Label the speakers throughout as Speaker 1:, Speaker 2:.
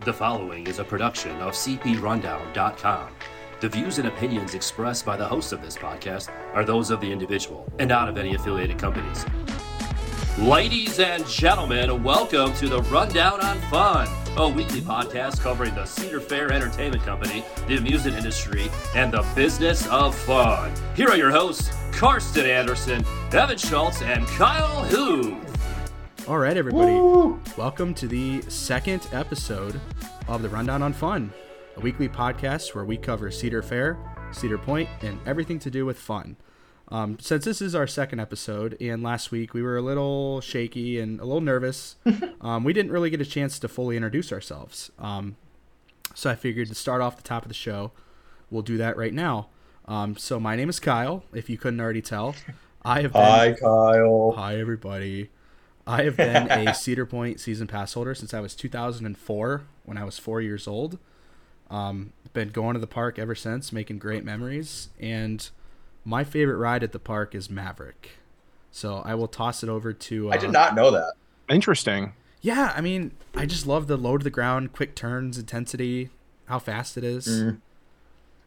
Speaker 1: The following is a production of CPRundown.com. The views and opinions expressed by the hosts of this podcast are those of the individual and not of any affiliated companies. Ladies and gentlemen, welcome to the Rundown on Fun, a weekly podcast covering the Cedar Fair Entertainment Company, the amusement industry, and the business of fun. Here are your hosts, Karsten Anderson, Evan Schultz, and Kyle Hu.
Speaker 2: All right, everybody. Welcome to the second episode of the Rundown on Fun, a weekly podcast where we cover Cedar Fair, Cedar Point, and everything to do with fun. Um, since this is our second episode, and last week we were a little shaky and a little nervous, um, we didn't really get a chance to fully introduce ourselves. Um, so I figured to start off the top of the show, we'll do that right now. Um, so my name is Kyle. If you couldn't already tell, I have been
Speaker 3: Hi, Kyle.
Speaker 2: Hi, everybody. I have been a Cedar Point season pass holder since I was 2004 when I was four years old. Um, been going to the park ever since, making great memories. And my favorite ride at the park is Maverick. So I will toss it over to. Uh,
Speaker 3: I did not know that.
Speaker 4: Interesting.
Speaker 2: Yeah, I mean, I just love the low to the ground, quick turns, intensity, how fast it is.
Speaker 3: Mm.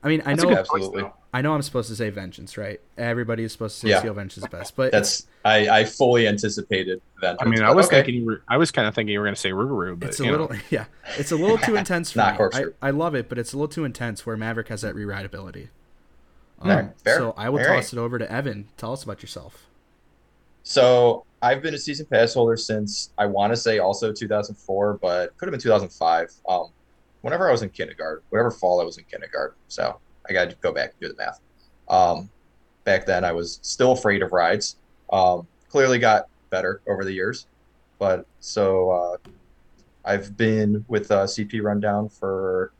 Speaker 2: I mean, I
Speaker 3: That's a
Speaker 2: know,
Speaker 3: good Absolutely.
Speaker 4: Voice,
Speaker 2: I know, I'm supposed to say Vengeance, right? Everybody is supposed to say
Speaker 3: Yeah.
Speaker 2: Seal Vengeance is best, but
Speaker 3: That's I, I fully anticipated that.
Speaker 4: though. I mean, I was
Speaker 3: Okay.
Speaker 4: thinking you were, I was kind of thinking you were going to say Rougarou, but
Speaker 2: it's a
Speaker 4: you know.
Speaker 2: little yeah it's a little too intense for
Speaker 3: Not
Speaker 2: me.
Speaker 3: corkscrew.
Speaker 2: I, I love it but it's a little too intense where maverick has that rewritability um,
Speaker 3: Alright, fair.
Speaker 2: so i will
Speaker 3: Alright.
Speaker 2: toss it over to evan tell us about yourself
Speaker 3: So I've been a season pass holder since I want to say also 2004, but could have been 2005. Um, whenever I was in kindergarten, whatever fall I was in kindergarten. So I got to go back and do the math. Um, back then I was still afraid of rides. Um, clearly got better over the years, but so uh, I've been with uh, CP Rundown for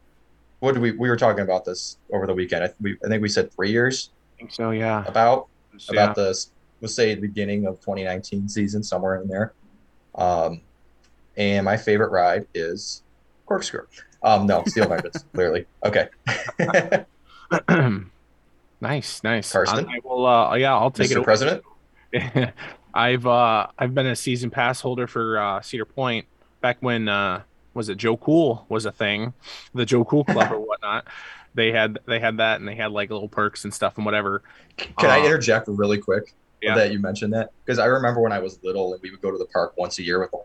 Speaker 3: what did we we were talking about this over the weekend. I, we, I think we said three years
Speaker 4: I think so, yeah.
Speaker 3: about
Speaker 4: yeah.
Speaker 3: about the let's say the beginning of 2019 season somewhere in there um and my favorite ride is corkscrew um no steel magnets clearly okay
Speaker 4: nice, nice.
Speaker 3: Karsten?
Speaker 4: I, I will. Uh, yeah, I'll take
Speaker 3: mr
Speaker 4: it.
Speaker 3: president
Speaker 4: Away. I've uh, I've been a season pass holder for uh, Cedar Point back when uh, was it Joe Cool was a thing, the Joe Cool Club or whatnot. They had they had that and they had like little perks and stuff and whatever.
Speaker 3: can i
Speaker 4: Uh,
Speaker 3: interject really quick
Speaker 4: yeah.
Speaker 3: that you mentioned that because i remember when i was little and we would go to the park once a year with the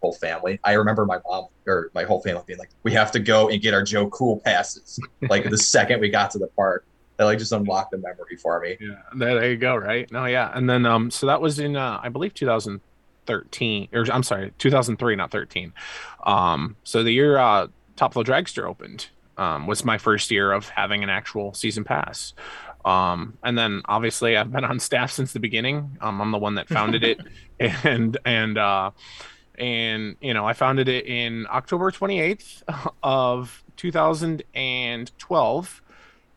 Speaker 3: whole family i remember my mom or my whole family being like we have to go and get our joe cool passes like the second we got to the park that like just unlocked the memory for me
Speaker 4: Yeah, there, there you go. Right. No, yeah, and then um, so that was in uh, I believe 2013, or I'm sorry, 2003, not 13. Um, so the year uh, Top Flow Dragster opened um, was my first year of having an actual season pass. Um, and then obviously I've been on staff since the beginning. Um, I'm the one that founded it, and and uh, and you know I founded it in October 28th of 2012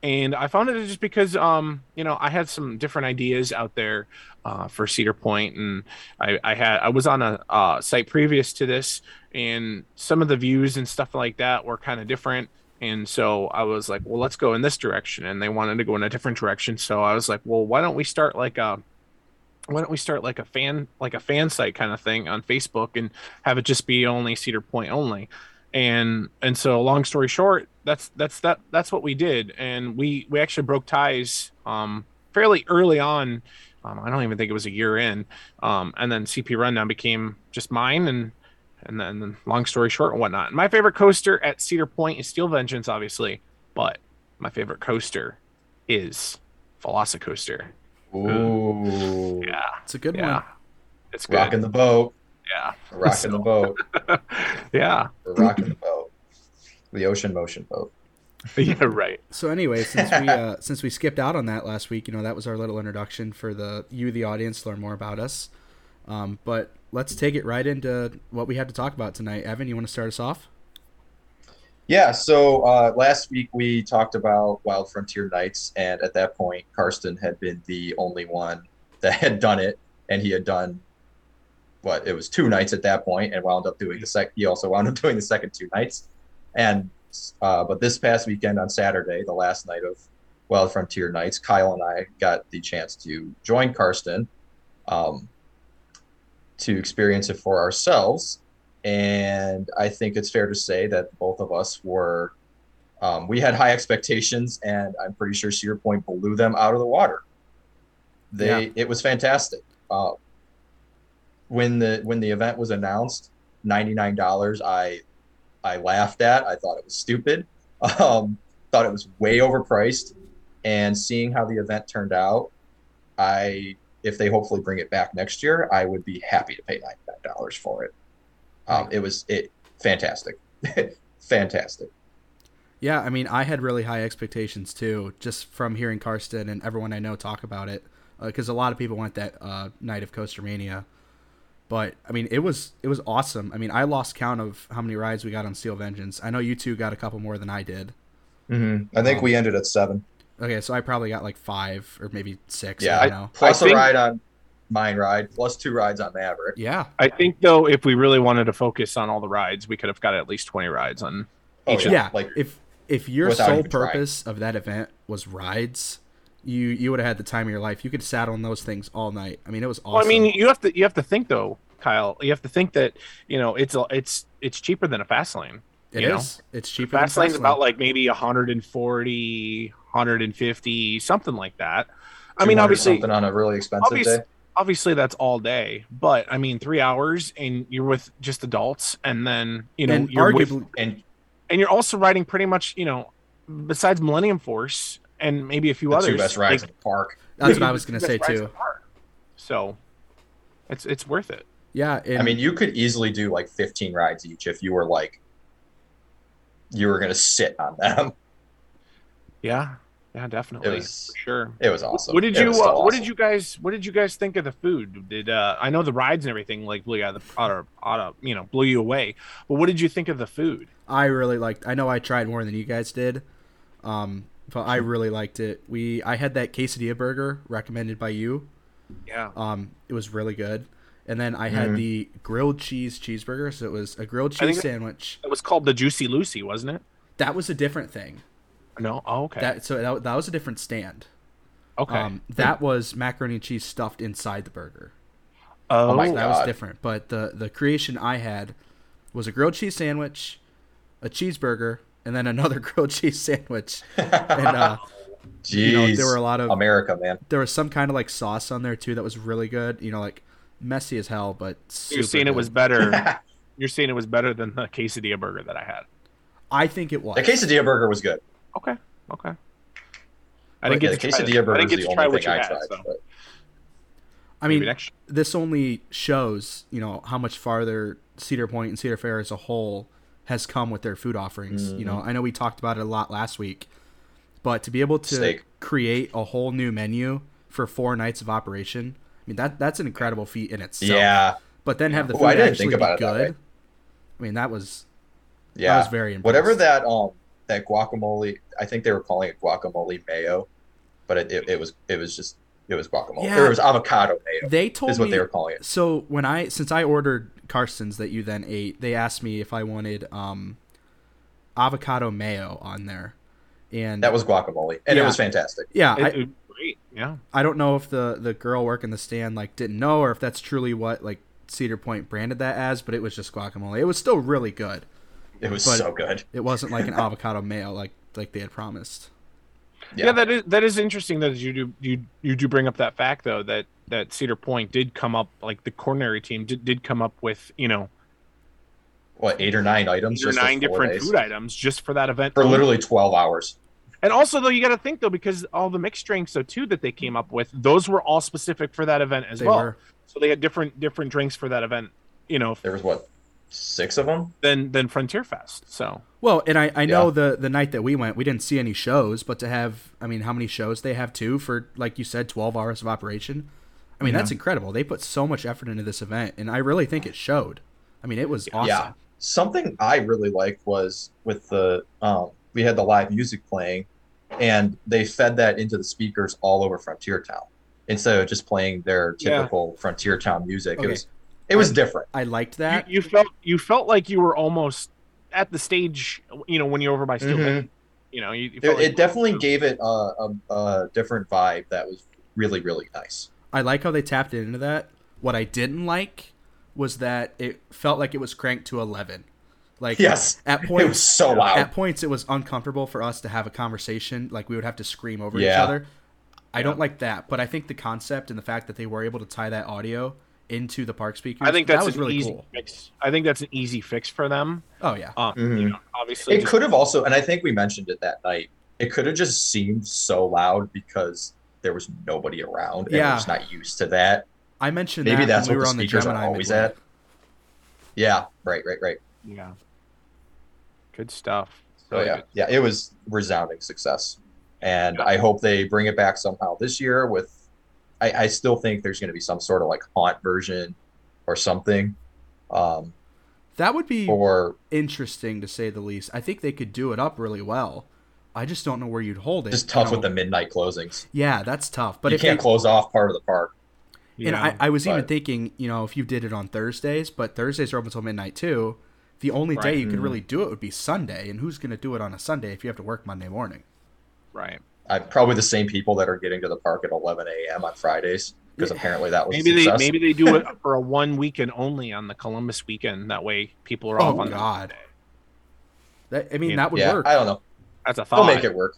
Speaker 4: and I founded it just because, um, you know, I had some different ideas out there uh, for Cedar Point, and I, I had I was on a uh, site previous to this, and some of the views and stuff like that were kind of different, and so I was like, well, let's go in this direction, and they wanted to go in a different direction, so I was like, well, why don't we start like a why don't we start like a fan like a fan site kind of thing on Facebook and have it just be only Cedar Point only. And and so long story short, that's that's that that's what we did. And we we actually broke ties um fairly early on. Um, I don't even think it was a year in. Um, and then CP Rundown became just mine and and then long story short and whatnot. My favorite coaster at Cedar Point is Steel Vengeance, obviously, but my favorite coaster is Velocicoaster.
Speaker 3: Ooh,
Speaker 4: Yeah,
Speaker 2: it's a good
Speaker 4: yeah.
Speaker 2: one
Speaker 4: It's good.
Speaker 3: rocking the boat
Speaker 4: Yeah.
Speaker 3: rocking the boat
Speaker 4: yeah.
Speaker 3: We're rocking the boat. The ocean motion boat.
Speaker 4: Yeah, right.
Speaker 2: so anyway since we uh, since we skipped out on that last week you know that was our little introduction for the you the audience to learn more about us um, but let's take it right into what we had to talk about tonight evan you want to start us off
Speaker 3: Yeah, so uh, last week we talked about Wild Frontier Nights, and at that point, Karsten had been the only one that had done it, and he had done what it was two nights at that point, and wound up doing the sec. He also wound up doing the second two nights, and uh, but this past weekend on Saturday, the last night of Wild Frontier Nights, Kyle and I got the chance to join Karsten um, to experience it for ourselves, and I think it's fair to say that both of us were um, we had high expectations, and I'm pretty sure Cedar Point blew them out of the water. They
Speaker 2: Yeah.
Speaker 3: it was fantastic. Uh, when the when the event was announced, ninety nine dollars. I I laughed at. I thought it was stupid. Um, thought it was way overpriced. And seeing how the event turned out, I if they hopefully bring it back next year, I would be happy to pay ninety nine dollars for it. Um, it was it fantastic, fantastic.
Speaker 2: Yeah, I mean, I had really high expectations too, just from hearing Karsten and everyone I know talk about it, because a lot of people went that uh, night of Coaster Mania. But I mean, it was it was awesome. I mean, I lost count of how many rides we got on Steel Vengeance. I know you two got a couple more than I did.
Speaker 3: Mm-hmm. I think we ended at seven.
Speaker 2: Okay, so I probably got like five or maybe six. I
Speaker 3: Yeah, I-
Speaker 2: don't know.
Speaker 3: Plus
Speaker 4: I think-
Speaker 3: a ride on mine ride, plus two rides on Maverick.
Speaker 2: Yeah,
Speaker 4: I think though, if we really wanted to focus on all the rides, we could have got at least twenty rides on.
Speaker 3: Oh,
Speaker 2: yeah.
Speaker 3: Like
Speaker 2: if if your
Speaker 3: Without
Speaker 2: sole
Speaker 3: even trying.
Speaker 2: purpose of that event was rides, you you would have had the time of your life. You could sat on those things all night. I mean, it was awesome.
Speaker 4: Well, I mean, you have to you have to think though, Kyle. You have to think that you know it's a- it's it's cheaper than a fast lane.
Speaker 2: it
Speaker 4: you know,
Speaker 2: is. It's cheaper.
Speaker 4: Fast
Speaker 2: than
Speaker 4: lane's about like maybe 140, 150, something like that. I mean,
Speaker 3: 200
Speaker 4: obviously,
Speaker 3: something on a really expensive
Speaker 4: obvious-
Speaker 3: day.
Speaker 4: obviously that's all day, but I mean, three hours and you're with just adults, and then you know
Speaker 2: and
Speaker 4: you're with
Speaker 2: arguably,
Speaker 3: And
Speaker 4: and you're also riding pretty much you know besides millennium force and maybe a few
Speaker 3: the
Speaker 4: others
Speaker 3: two best rides
Speaker 4: like,
Speaker 3: in the park.
Speaker 2: that's what
Speaker 4: you're
Speaker 2: I was
Speaker 4: the
Speaker 2: gonna
Speaker 4: two
Speaker 2: say
Speaker 4: best rides
Speaker 2: too.
Speaker 4: in the park. so it's it's worth it
Speaker 2: Yeah, and,
Speaker 3: I mean, you could easily do like 15 rides each if you were like you were gonna sit on them.
Speaker 4: yeah yeah
Speaker 3: It
Speaker 4: definitely
Speaker 3: was
Speaker 4: for sure
Speaker 3: it was awesome.
Speaker 4: what did
Speaker 3: It
Speaker 4: you
Speaker 3: was so
Speaker 4: uh, what
Speaker 3: awesome.
Speaker 4: did you guys what did you guys think of the food did uh i know the rides and everything like blew you out of the out of, out of you know blew you away but what did you think of the food
Speaker 2: I really liked. I know I tried more than you guys did, um, but I really liked it. We I had that quesadilla burger recommended by you.
Speaker 4: yeah
Speaker 2: Um, it was really good. And then I had
Speaker 3: Mhm.
Speaker 2: the grilled cheese cheeseburger. So it was a grilled
Speaker 4: I
Speaker 2: cheese
Speaker 4: think-
Speaker 2: sandwich.
Speaker 4: it was called the juicy lucy wasn't it
Speaker 2: That was a different thing.
Speaker 4: no oh, okay
Speaker 2: That so that, that was a different stand.
Speaker 4: okay
Speaker 2: Um, that was macaroni and cheese stuffed inside the burger.
Speaker 4: oh,
Speaker 3: my
Speaker 2: So that was
Speaker 3: God.
Speaker 2: different. But the the creation I had was a grilled cheese sandwich, a cheeseburger, and then another grilled cheese sandwich. And uh,
Speaker 3: Jeez.
Speaker 2: you know there were a lot of
Speaker 3: America, man.
Speaker 2: there was some kind of like sauce on there too that was really good. You know like messy as hell, but super
Speaker 4: you're saying it
Speaker 2: good.
Speaker 4: was better you're saying it was better than the quesadilla burger that i had
Speaker 2: I think it was.
Speaker 3: the quesadilla burger was good.
Speaker 4: Okay. Okay. I didn't
Speaker 3: Yeah,
Speaker 4: get
Speaker 3: the
Speaker 4: to try
Speaker 3: quesadilla
Speaker 4: it. I
Speaker 3: burger
Speaker 4: didn't
Speaker 3: is
Speaker 4: get
Speaker 3: the
Speaker 4: to try
Speaker 3: only
Speaker 4: what
Speaker 3: thing
Speaker 4: you
Speaker 3: I
Speaker 4: had.
Speaker 3: tried.
Speaker 4: so
Speaker 3: but-
Speaker 2: I
Speaker 4: maybe
Speaker 2: mean,
Speaker 4: next-
Speaker 2: this only shows you know how much farther Cedar Point and Cedar Fair as a whole has come with their food offerings. You
Speaker 3: Mm-hmm.
Speaker 2: know, I know we talked about it a lot last week, but to be able to
Speaker 3: Steak.
Speaker 2: create a whole new menu for four nights of operation, I mean that that's an incredible feat in itself.
Speaker 3: yeah,
Speaker 2: But then have the
Speaker 3: Ooh,
Speaker 2: food
Speaker 3: I didn't
Speaker 2: actually
Speaker 3: think about it
Speaker 2: be
Speaker 3: that
Speaker 2: good.
Speaker 3: way.
Speaker 2: I mean that was
Speaker 3: yeah.
Speaker 2: that was very impressive.
Speaker 3: whatever that um that guacamole i think they were calling it guacamole mayo but it, it, it was it was just it was guacamole
Speaker 2: Yeah.
Speaker 3: or it was avocado mayo
Speaker 2: they told
Speaker 3: is what
Speaker 2: me
Speaker 3: they were calling it
Speaker 2: So when I since I ordered Carson's that you then ate, they asked me if I wanted um avocado mayo on there. And
Speaker 3: that was guacamole and
Speaker 2: Yeah.
Speaker 3: it was fantastic
Speaker 2: yeah,
Speaker 4: It-
Speaker 2: I,
Speaker 4: it was great. Yeah.
Speaker 2: I don't know if the the girl working the stand like didn't know or if that's truly what like Cedar Point branded that as, but it was just guacamole. It was still really good.
Speaker 3: it was
Speaker 2: But-
Speaker 3: so good
Speaker 2: It wasn't like an avocado mayo like like they had promised.
Speaker 4: yeah.
Speaker 3: Yeah.
Speaker 4: that is that is interesting that you do you you do bring up that fact though that that Cedar Point did come up like the culinary team did, did come up with, you know,
Speaker 3: what eight or nine items
Speaker 4: eight or
Speaker 3: just for
Speaker 4: nine
Speaker 3: four
Speaker 4: different
Speaker 3: days?
Speaker 4: food items just for that event.
Speaker 3: for
Speaker 4: only.
Speaker 3: literally 12 hours
Speaker 4: And also though you got to think though because all the mixed drinks though too that they came up with, those were all specific for that event as
Speaker 2: They
Speaker 4: well.
Speaker 2: were
Speaker 4: So they had different different drinks for that event, you know,
Speaker 3: there was what six of them
Speaker 4: than than Frontier Fest. So
Speaker 2: well, and I, I know
Speaker 3: Yeah.
Speaker 2: the the night that we went, we didn't see any shows, but to have I mean, how many shows they have too for like you said, twelve hours of operation. I mean, that's incredible. They put so much effort into this event, and I really think it showed. I mean, it was awesome.
Speaker 3: Yeah. Something I really liked was with the um, we had the live music playing, and they fed that into the speakers all over Frontier Town instead of just playing their
Speaker 4: Yeah.
Speaker 3: typical Frontier Town music.
Speaker 2: Okay.
Speaker 3: It was it was different.
Speaker 2: I liked
Speaker 4: you,
Speaker 2: that.
Speaker 4: you felt you felt like you were almost at the stage you know when you're over by steel
Speaker 3: Mhm.
Speaker 4: Bay. you know you, you
Speaker 3: It,
Speaker 4: felt like-
Speaker 3: it definitely gave it a, a, a different vibe that was really really nice.
Speaker 2: I like how they tapped into that. What I didn't like was that it felt like it was cranked to 11. Like
Speaker 3: Yes.
Speaker 2: at
Speaker 3: It
Speaker 2: points
Speaker 3: was so loud.
Speaker 2: at points it was uncomfortable for us to have a conversation like we would have to scream over each
Speaker 3: Yeah.
Speaker 2: other i don't like that but i think the concept and the fact that they were able to tie that audio into the park speakers
Speaker 4: I think that's
Speaker 2: that was
Speaker 4: an
Speaker 2: really
Speaker 4: easy
Speaker 2: cool
Speaker 4: fix. I think that's an easy fix for them.
Speaker 2: oh yeah
Speaker 4: Um,
Speaker 3: Mhm.
Speaker 4: you know, obviously,
Speaker 3: It
Speaker 4: just-
Speaker 3: could have also, and I think we mentioned it that night. It could have just seemed so loud because there was nobody around, and
Speaker 2: Yeah.
Speaker 3: we're just not used to that.
Speaker 2: i mentioned
Speaker 3: Maybe
Speaker 2: that
Speaker 3: that's
Speaker 2: when we
Speaker 3: what
Speaker 2: were
Speaker 3: the
Speaker 2: on the
Speaker 3: speakers
Speaker 2: gemini
Speaker 3: are always
Speaker 2: midway.
Speaker 3: at. Yeah, right, right, right.
Speaker 4: yeah, good stuff.
Speaker 3: So
Speaker 4: Really
Speaker 3: Oh, yeah,
Speaker 4: good.
Speaker 3: yeah, it was resounding success, and I hope they bring it back somehow this year. With, I, I still think there's going to be some sort of like haunt version or something, um,
Speaker 2: that would be
Speaker 3: or
Speaker 2: interesting to say the least i think they could do it up really well i just don't know where you'd hold it
Speaker 3: just
Speaker 2: You
Speaker 3: tough
Speaker 2: know?
Speaker 3: with the midnight closings.
Speaker 2: yeah that's tough but
Speaker 3: you
Speaker 2: if they,
Speaker 3: can't close off part of the park.
Speaker 2: And
Speaker 4: Yeah.
Speaker 2: I, I was even
Speaker 3: but-
Speaker 2: thinking, you know, if you did it on Thursdays, but Thursdays are open till midnight too. The only day
Speaker 4: Right. Mm.
Speaker 2: you could
Speaker 3: Mhm.
Speaker 2: really do it would be Sunday, and who's going to do it on a Sunday if you have to work Monday morning?
Speaker 4: right.
Speaker 3: I, probably the same people that are getting to the park at 11 a.m. on Fridays because apparently that was a
Speaker 4: Maybe they
Speaker 3: success.
Speaker 4: maybe they do it for a one weekend only on the Columbus weekend. That way, people are off
Speaker 2: oh
Speaker 4: on that.
Speaker 2: God, that, I mean
Speaker 4: Yeah.
Speaker 2: that would
Speaker 3: yeah,
Speaker 2: work.
Speaker 3: I don't know.
Speaker 4: That's a
Speaker 3: They'll
Speaker 4: thought.
Speaker 3: make it work.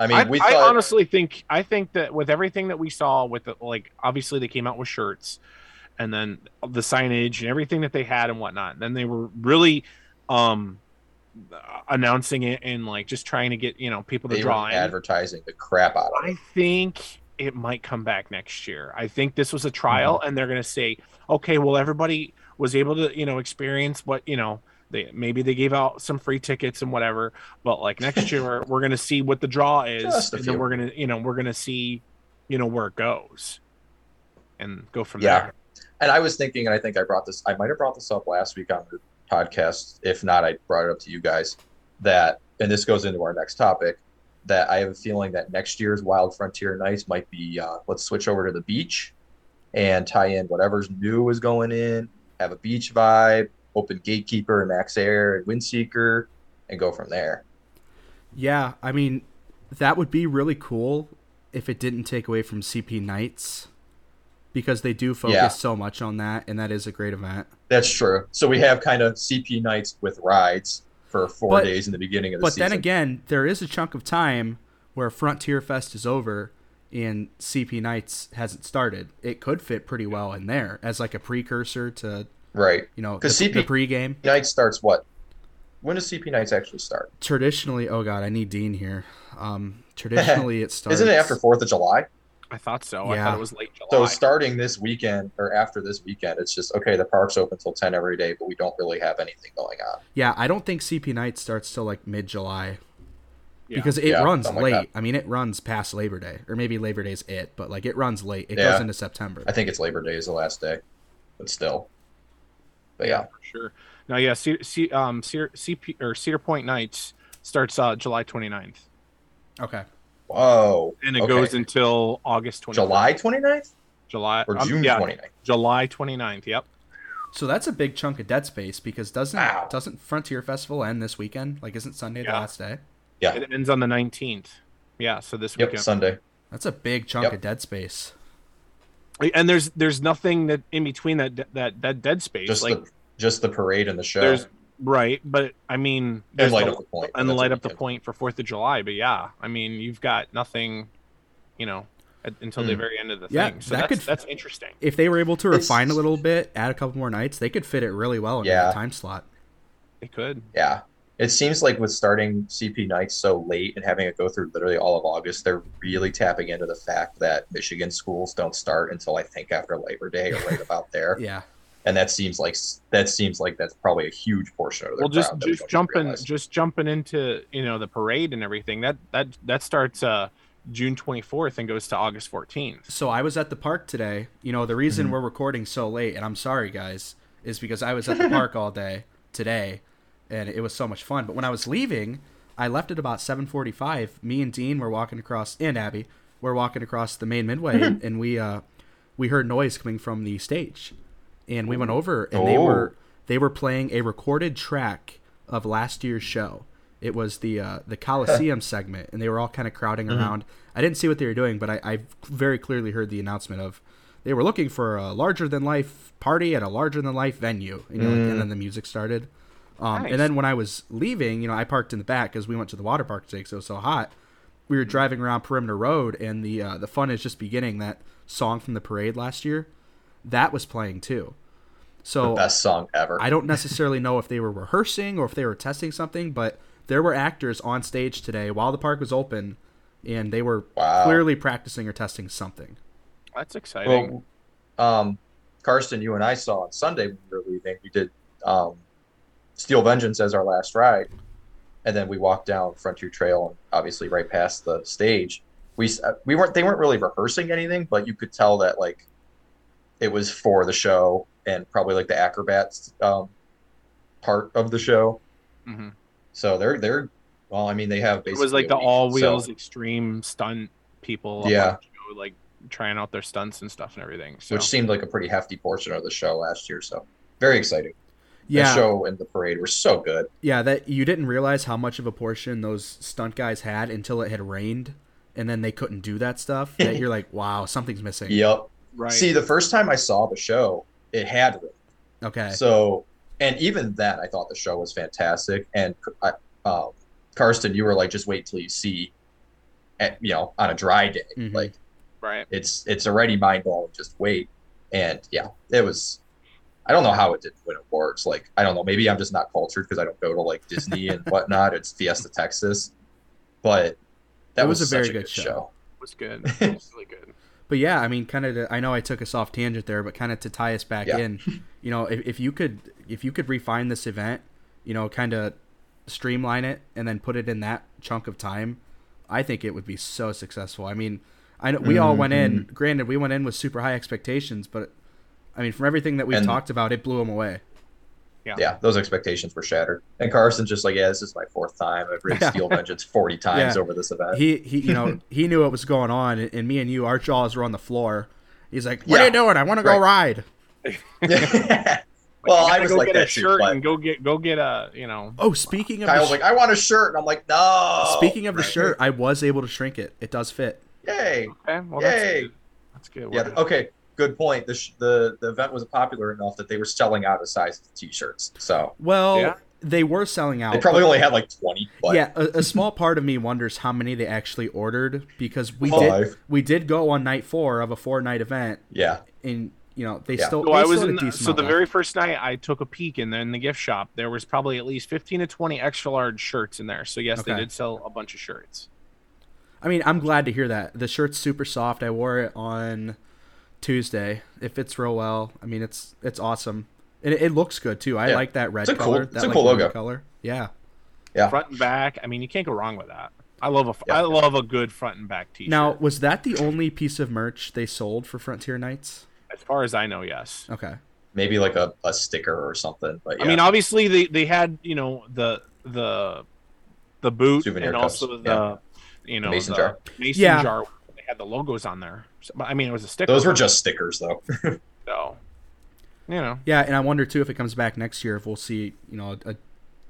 Speaker 3: I mean,
Speaker 4: I,
Speaker 3: we
Speaker 4: I
Speaker 3: thought
Speaker 4: honestly think I think that with everything that we saw with the, like obviously they came out with shirts and then the signage and everything that they had and whatnot. And then they were really um announcing it and like just trying to get you know people to
Speaker 3: they were
Speaker 4: draw in.
Speaker 3: advertising the crap out of it.
Speaker 4: I think it might come back next year. I think this was a trial,
Speaker 3: Mm-hmm.
Speaker 4: and they're going to say, okay, well, everybody was able to, you know, experience what, you know, they maybe they gave out some free tickets and whatever, but like next year we're going to see what the draw is,
Speaker 3: Just a
Speaker 4: and then
Speaker 3: few.
Speaker 4: we're going to, you know, we're going to see, you know, where it goes, and go from
Speaker 3: Yeah.
Speaker 4: there.
Speaker 3: And I was thinking, and I think I brought this, I might have brought this up last week on the podcast. If not, I brought it up to you guys that, and this goes into our next topic, that I have a feeling that next year's Wild Frontier Nights might be uh, let's switch over to the beach and tie in whatever's new is going in, have a beach vibe, open Gatekeeper and Max Air and Windseeker, and go from there.
Speaker 2: yeah, I mean that would be really cool if it didn't take away from CP nights because they do focus
Speaker 3: Yeah.
Speaker 2: so much on that, and that is a great event.
Speaker 3: That's true. So we have kind of CP nights with rides for four
Speaker 2: But-
Speaker 3: days in the beginning of the
Speaker 2: but
Speaker 3: season.
Speaker 2: then again, there is a chunk of time where Frontier Fest is over and CP Nights hasn't started. It could fit pretty well in there as like a precursor to
Speaker 3: right.
Speaker 2: you know the,
Speaker 3: 'Cause
Speaker 2: the
Speaker 3: CP
Speaker 2: pregame.
Speaker 3: night starts what? When does CP nights actually start?
Speaker 2: Traditionally, oh god, I need Dean here. Um, traditionally, it starts.
Speaker 3: Isn't it after Fourth of July?
Speaker 4: I thought so. I
Speaker 2: Yeah.
Speaker 4: thought it was late July.
Speaker 3: So starting this weekend or after this weekend, it's just okay. The park's open till ten every day, but we don't really have anything going on.
Speaker 2: Yeah, I don't think CP Nights starts till like mid July.
Speaker 4: Yeah.
Speaker 2: Because it
Speaker 3: Yeah,
Speaker 2: runs
Speaker 3: something
Speaker 2: late.
Speaker 3: like
Speaker 2: I mean, it runs past Labor Day, or maybe Labor Day's it, but like it runs late. It
Speaker 3: Yeah.
Speaker 2: goes into September.
Speaker 3: I think it's Labor Day is the last day, but still. But yeah,
Speaker 4: for sure. No, yeah, C, C, um, Cedar, CP, or Cedar Point Nights starts uh, July 29th,
Speaker 2: Okay.
Speaker 3: whoa,
Speaker 4: and it
Speaker 3: Okay.
Speaker 4: goes until August 29th.
Speaker 3: July 29th
Speaker 4: July
Speaker 3: or
Speaker 4: um,
Speaker 3: June
Speaker 4: yeah,
Speaker 3: 29th.
Speaker 4: July 29th. Yep.
Speaker 2: So that's a big chunk of Dead Space because doesn't
Speaker 3: Wow.
Speaker 2: doesn't Frontier Festival end this weekend? Like, isn't Sunday the
Speaker 4: Yeah.
Speaker 2: last day?
Speaker 3: Yeah,
Speaker 4: It ends on the 19th. Yeah, so this
Speaker 3: yep,
Speaker 4: weekend.
Speaker 3: Sunday.
Speaker 2: That's a big chunk
Speaker 3: Yep.
Speaker 2: of Dead Space.
Speaker 4: And there's there's nothing that in between that that that dead space
Speaker 3: Just
Speaker 4: like
Speaker 3: the just the parade and the show.
Speaker 4: there's right, but I mean there's
Speaker 3: and light
Speaker 4: the-
Speaker 3: up the point.
Speaker 4: and
Speaker 3: That's
Speaker 4: light
Speaker 3: the
Speaker 4: up the
Speaker 3: weekend.
Speaker 4: point for 4th of July, but yeah, I mean you've got nothing, you know, at, until the
Speaker 3: Hmm.
Speaker 4: very end of the
Speaker 2: Yeah,
Speaker 4: thing. So
Speaker 2: that
Speaker 4: that's
Speaker 2: could-
Speaker 4: that's interesting.
Speaker 2: If they were able to
Speaker 3: It's-
Speaker 2: refine a little bit, add a couple more nights, they could fit it really well into
Speaker 3: Yeah.
Speaker 2: the time slot.
Speaker 4: It could.
Speaker 3: Yeah. It seems like with starting CP nights so late and having it go through literally all of August, they're really tapping into the fact that Michigan schools don't start until I think after Labor Day or right about there.
Speaker 2: Yeah.
Speaker 3: And that seems like that seems like that's probably a huge portion of their
Speaker 4: well just
Speaker 3: crowd that we
Speaker 4: just
Speaker 3: don't
Speaker 4: jumping
Speaker 3: realize.
Speaker 4: just jumping into you know the parade and everything that that that starts uh june 24th and goes to august 14th
Speaker 2: So I was at the park today. You know, the reason
Speaker 3: Mhm.
Speaker 2: we're recording so late, and I'm sorry guys, is because I was at the park all day today, and it was so much fun. But when I was leaving, I left at about 7:45. Me and Dean were walking across, and Abby, we're walking across the main midway, and, and we uh, we heard noise coming from the stage, and we went over, and they
Speaker 3: Oh.
Speaker 2: were they were playing a recorded track of last year's show. It was the uh, the Coliseum segment,
Speaker 3: Mm-hmm.
Speaker 2: and they were all kind of crowding around. I didn't see what they were doing, but I, I very clearly heard the announcement of they were looking for a larger than life party at a larger than life venue. You know, like,
Speaker 3: Mm.
Speaker 2: and then the music started. Um,
Speaker 4: Nice.
Speaker 2: And then when I was leaving, you know, I parked in the back because we went to the water park today because it was so hot. We were driving around Perimeter Road, and the uh, the fun is just beginning. That song from the parade last year, that was playing too. So
Speaker 3: Best song ever.
Speaker 2: I don't necessarily know if they were rehearsing or if they were testing something, but there were actors on stage today while the park was open, and they were
Speaker 3: Wow.
Speaker 2: clearly practicing or testing something.
Speaker 4: That's exciting.
Speaker 3: Well, um, Karsten, you and I saw on Sunday when we were leaving, we did um, Steel Vengeance as our last ride, and then we walked down Frontier Trail and obviously right past the stage. We s- uh, we weren't they weren't really rehearsing anything, but you could tell that like it was for the show and probably like the acrobats um, part of the show. Mm-hmm.
Speaker 4: Mhm.
Speaker 3: So they're they're well, I mean they have
Speaker 4: It
Speaker 3: basically
Speaker 4: was like
Speaker 3: a
Speaker 4: the
Speaker 3: week,
Speaker 4: all wheels
Speaker 3: so-
Speaker 4: extreme stunt people.
Speaker 3: Yeah.
Speaker 4: on the show, like trying out their stunts and stuff and everything. So
Speaker 3: which seemed like a pretty hefty portion of the show last year. So very exciting.
Speaker 2: Yeah,
Speaker 3: the show and the parade were so good.
Speaker 2: yeah. That you didn't realize how much of a portion those stunt guys had until it had rained, and then they couldn't do that stuff. That you're like, wow, something's missing.
Speaker 3: Yep.
Speaker 4: right.
Speaker 3: See, the first time I saw the show, it had rain.
Speaker 2: Okay.
Speaker 3: So, and even then, I thought the show was fantastic. And I, um, Karsten, you were like, just wait till you see, at, you know, on a dry day.
Speaker 2: Mhm.
Speaker 3: Like
Speaker 4: right.
Speaker 3: it's it's already mind blowing. Just wait. And yeah, it was. I don't know how it didn't win awards. Like I don't know. Maybe I'm just not cultured because I don't go to like Disney and whatnot. It's Fiesta Texas, but that
Speaker 2: It was
Speaker 3: was,
Speaker 2: a
Speaker 3: such
Speaker 2: very
Speaker 3: a
Speaker 2: good
Speaker 3: good,
Speaker 2: show.
Speaker 3: show.
Speaker 4: It was good. It was really good.
Speaker 2: But yeah, I mean, kind of. I know I took us off tangent there, but kind of to tie us back
Speaker 3: Yeah.
Speaker 2: in, you know, if, if you could, if you could refine this event, you know, kind of streamline it and then put it in that chunk of time, I think it would be so successful. I mean, I know we all went in.
Speaker 3: Mm-hmm.
Speaker 2: Granted, we went in with super high expectations, but I mean, from everything that we've
Speaker 3: And-
Speaker 2: talked about, it blew them away.
Speaker 3: yeah, those expectations were shattered. And Carson's just like, yeah, this is my fourth time. I've ridden
Speaker 2: Yeah.
Speaker 3: Steel Vengeance 40 times
Speaker 2: Yeah.
Speaker 3: over this event.
Speaker 2: He, he, you know, he knew what was going on, and, and me and you, our jaws were on the floor. He's like, "What are you
Speaker 3: Yeah.
Speaker 2: doing? I want to go
Speaker 3: Right.
Speaker 2: ride."
Speaker 3: well,
Speaker 4: you
Speaker 3: I
Speaker 4: gotta
Speaker 3: was
Speaker 4: go
Speaker 3: like
Speaker 4: get a
Speaker 3: that too,
Speaker 4: shirt
Speaker 3: but
Speaker 4: and go get go get a you know
Speaker 2: Oh, speaking of the
Speaker 3: Kyle's
Speaker 2: sh-
Speaker 3: like, I want a shirt. And I'm like, no.
Speaker 2: Speaking of the
Speaker 3: Oh, Right.
Speaker 2: shirt, I was able to shrink it. It does fit.
Speaker 3: Yay.
Speaker 4: okay well
Speaker 3: Yay.
Speaker 4: that's good. That's good.
Speaker 3: Yeah. Okay. Good point. The, sh- the the event was popular enough that they were selling out of size t-shirts. So
Speaker 2: Well,
Speaker 4: Yeah.
Speaker 2: they were selling out.
Speaker 3: they probably only had like 20. But
Speaker 2: yeah, a, a small part of me wonders how many they actually ordered because we did
Speaker 3: Five.
Speaker 2: we did go on night four of a four night event,
Speaker 3: yeah.
Speaker 2: and you know they
Speaker 3: Yeah.
Speaker 2: still.
Speaker 4: So
Speaker 2: they
Speaker 4: I was
Speaker 2: still
Speaker 4: in
Speaker 2: had a
Speaker 4: the,
Speaker 2: decent
Speaker 4: so the
Speaker 2: amount left.
Speaker 4: very first night I took a peek in there in the gift shop. There was probably at least fifteen to twenty extra large shirts in there. So yes, they
Speaker 2: Okay.
Speaker 4: did sell a bunch of shirts.
Speaker 2: I mean, I'm glad to hear that the shirt's super soft. I wore it on Tuesday. It fits real well. I mean, it's it's awesome. And it, it looks good too. I
Speaker 3: Yeah.
Speaker 2: like that red
Speaker 3: It's a cool-
Speaker 2: color.
Speaker 3: it's
Speaker 2: that
Speaker 3: a
Speaker 2: like
Speaker 3: cool
Speaker 2: maroon
Speaker 3: logo.
Speaker 2: color. Yeah.
Speaker 3: Yeah.
Speaker 4: Front and back. I mean, you can't go wrong with that. I love a f
Speaker 3: Yeah.
Speaker 4: I love a good front and back t-shirt.
Speaker 2: Now, was that the only piece of merch they sold for Frontier Nights?
Speaker 4: as far as I know, yes.
Speaker 2: Okay.
Speaker 3: Maybe like a, a sticker or something. But yeah.
Speaker 4: I mean, obviously they they had you know the the the boot
Speaker 3: Souvenir
Speaker 4: and
Speaker 3: cups,
Speaker 4: also the
Speaker 3: yeah.
Speaker 4: you know
Speaker 3: Mason
Speaker 4: the
Speaker 3: jar.
Speaker 4: mason
Speaker 2: Yeah.
Speaker 4: jar. They had the logos on there. So, but, I mean, it was a sticker.
Speaker 3: those were just stickers though.
Speaker 4: so you know
Speaker 2: Yeah, and I wonder too if it comes back next year if we'll see you know a, a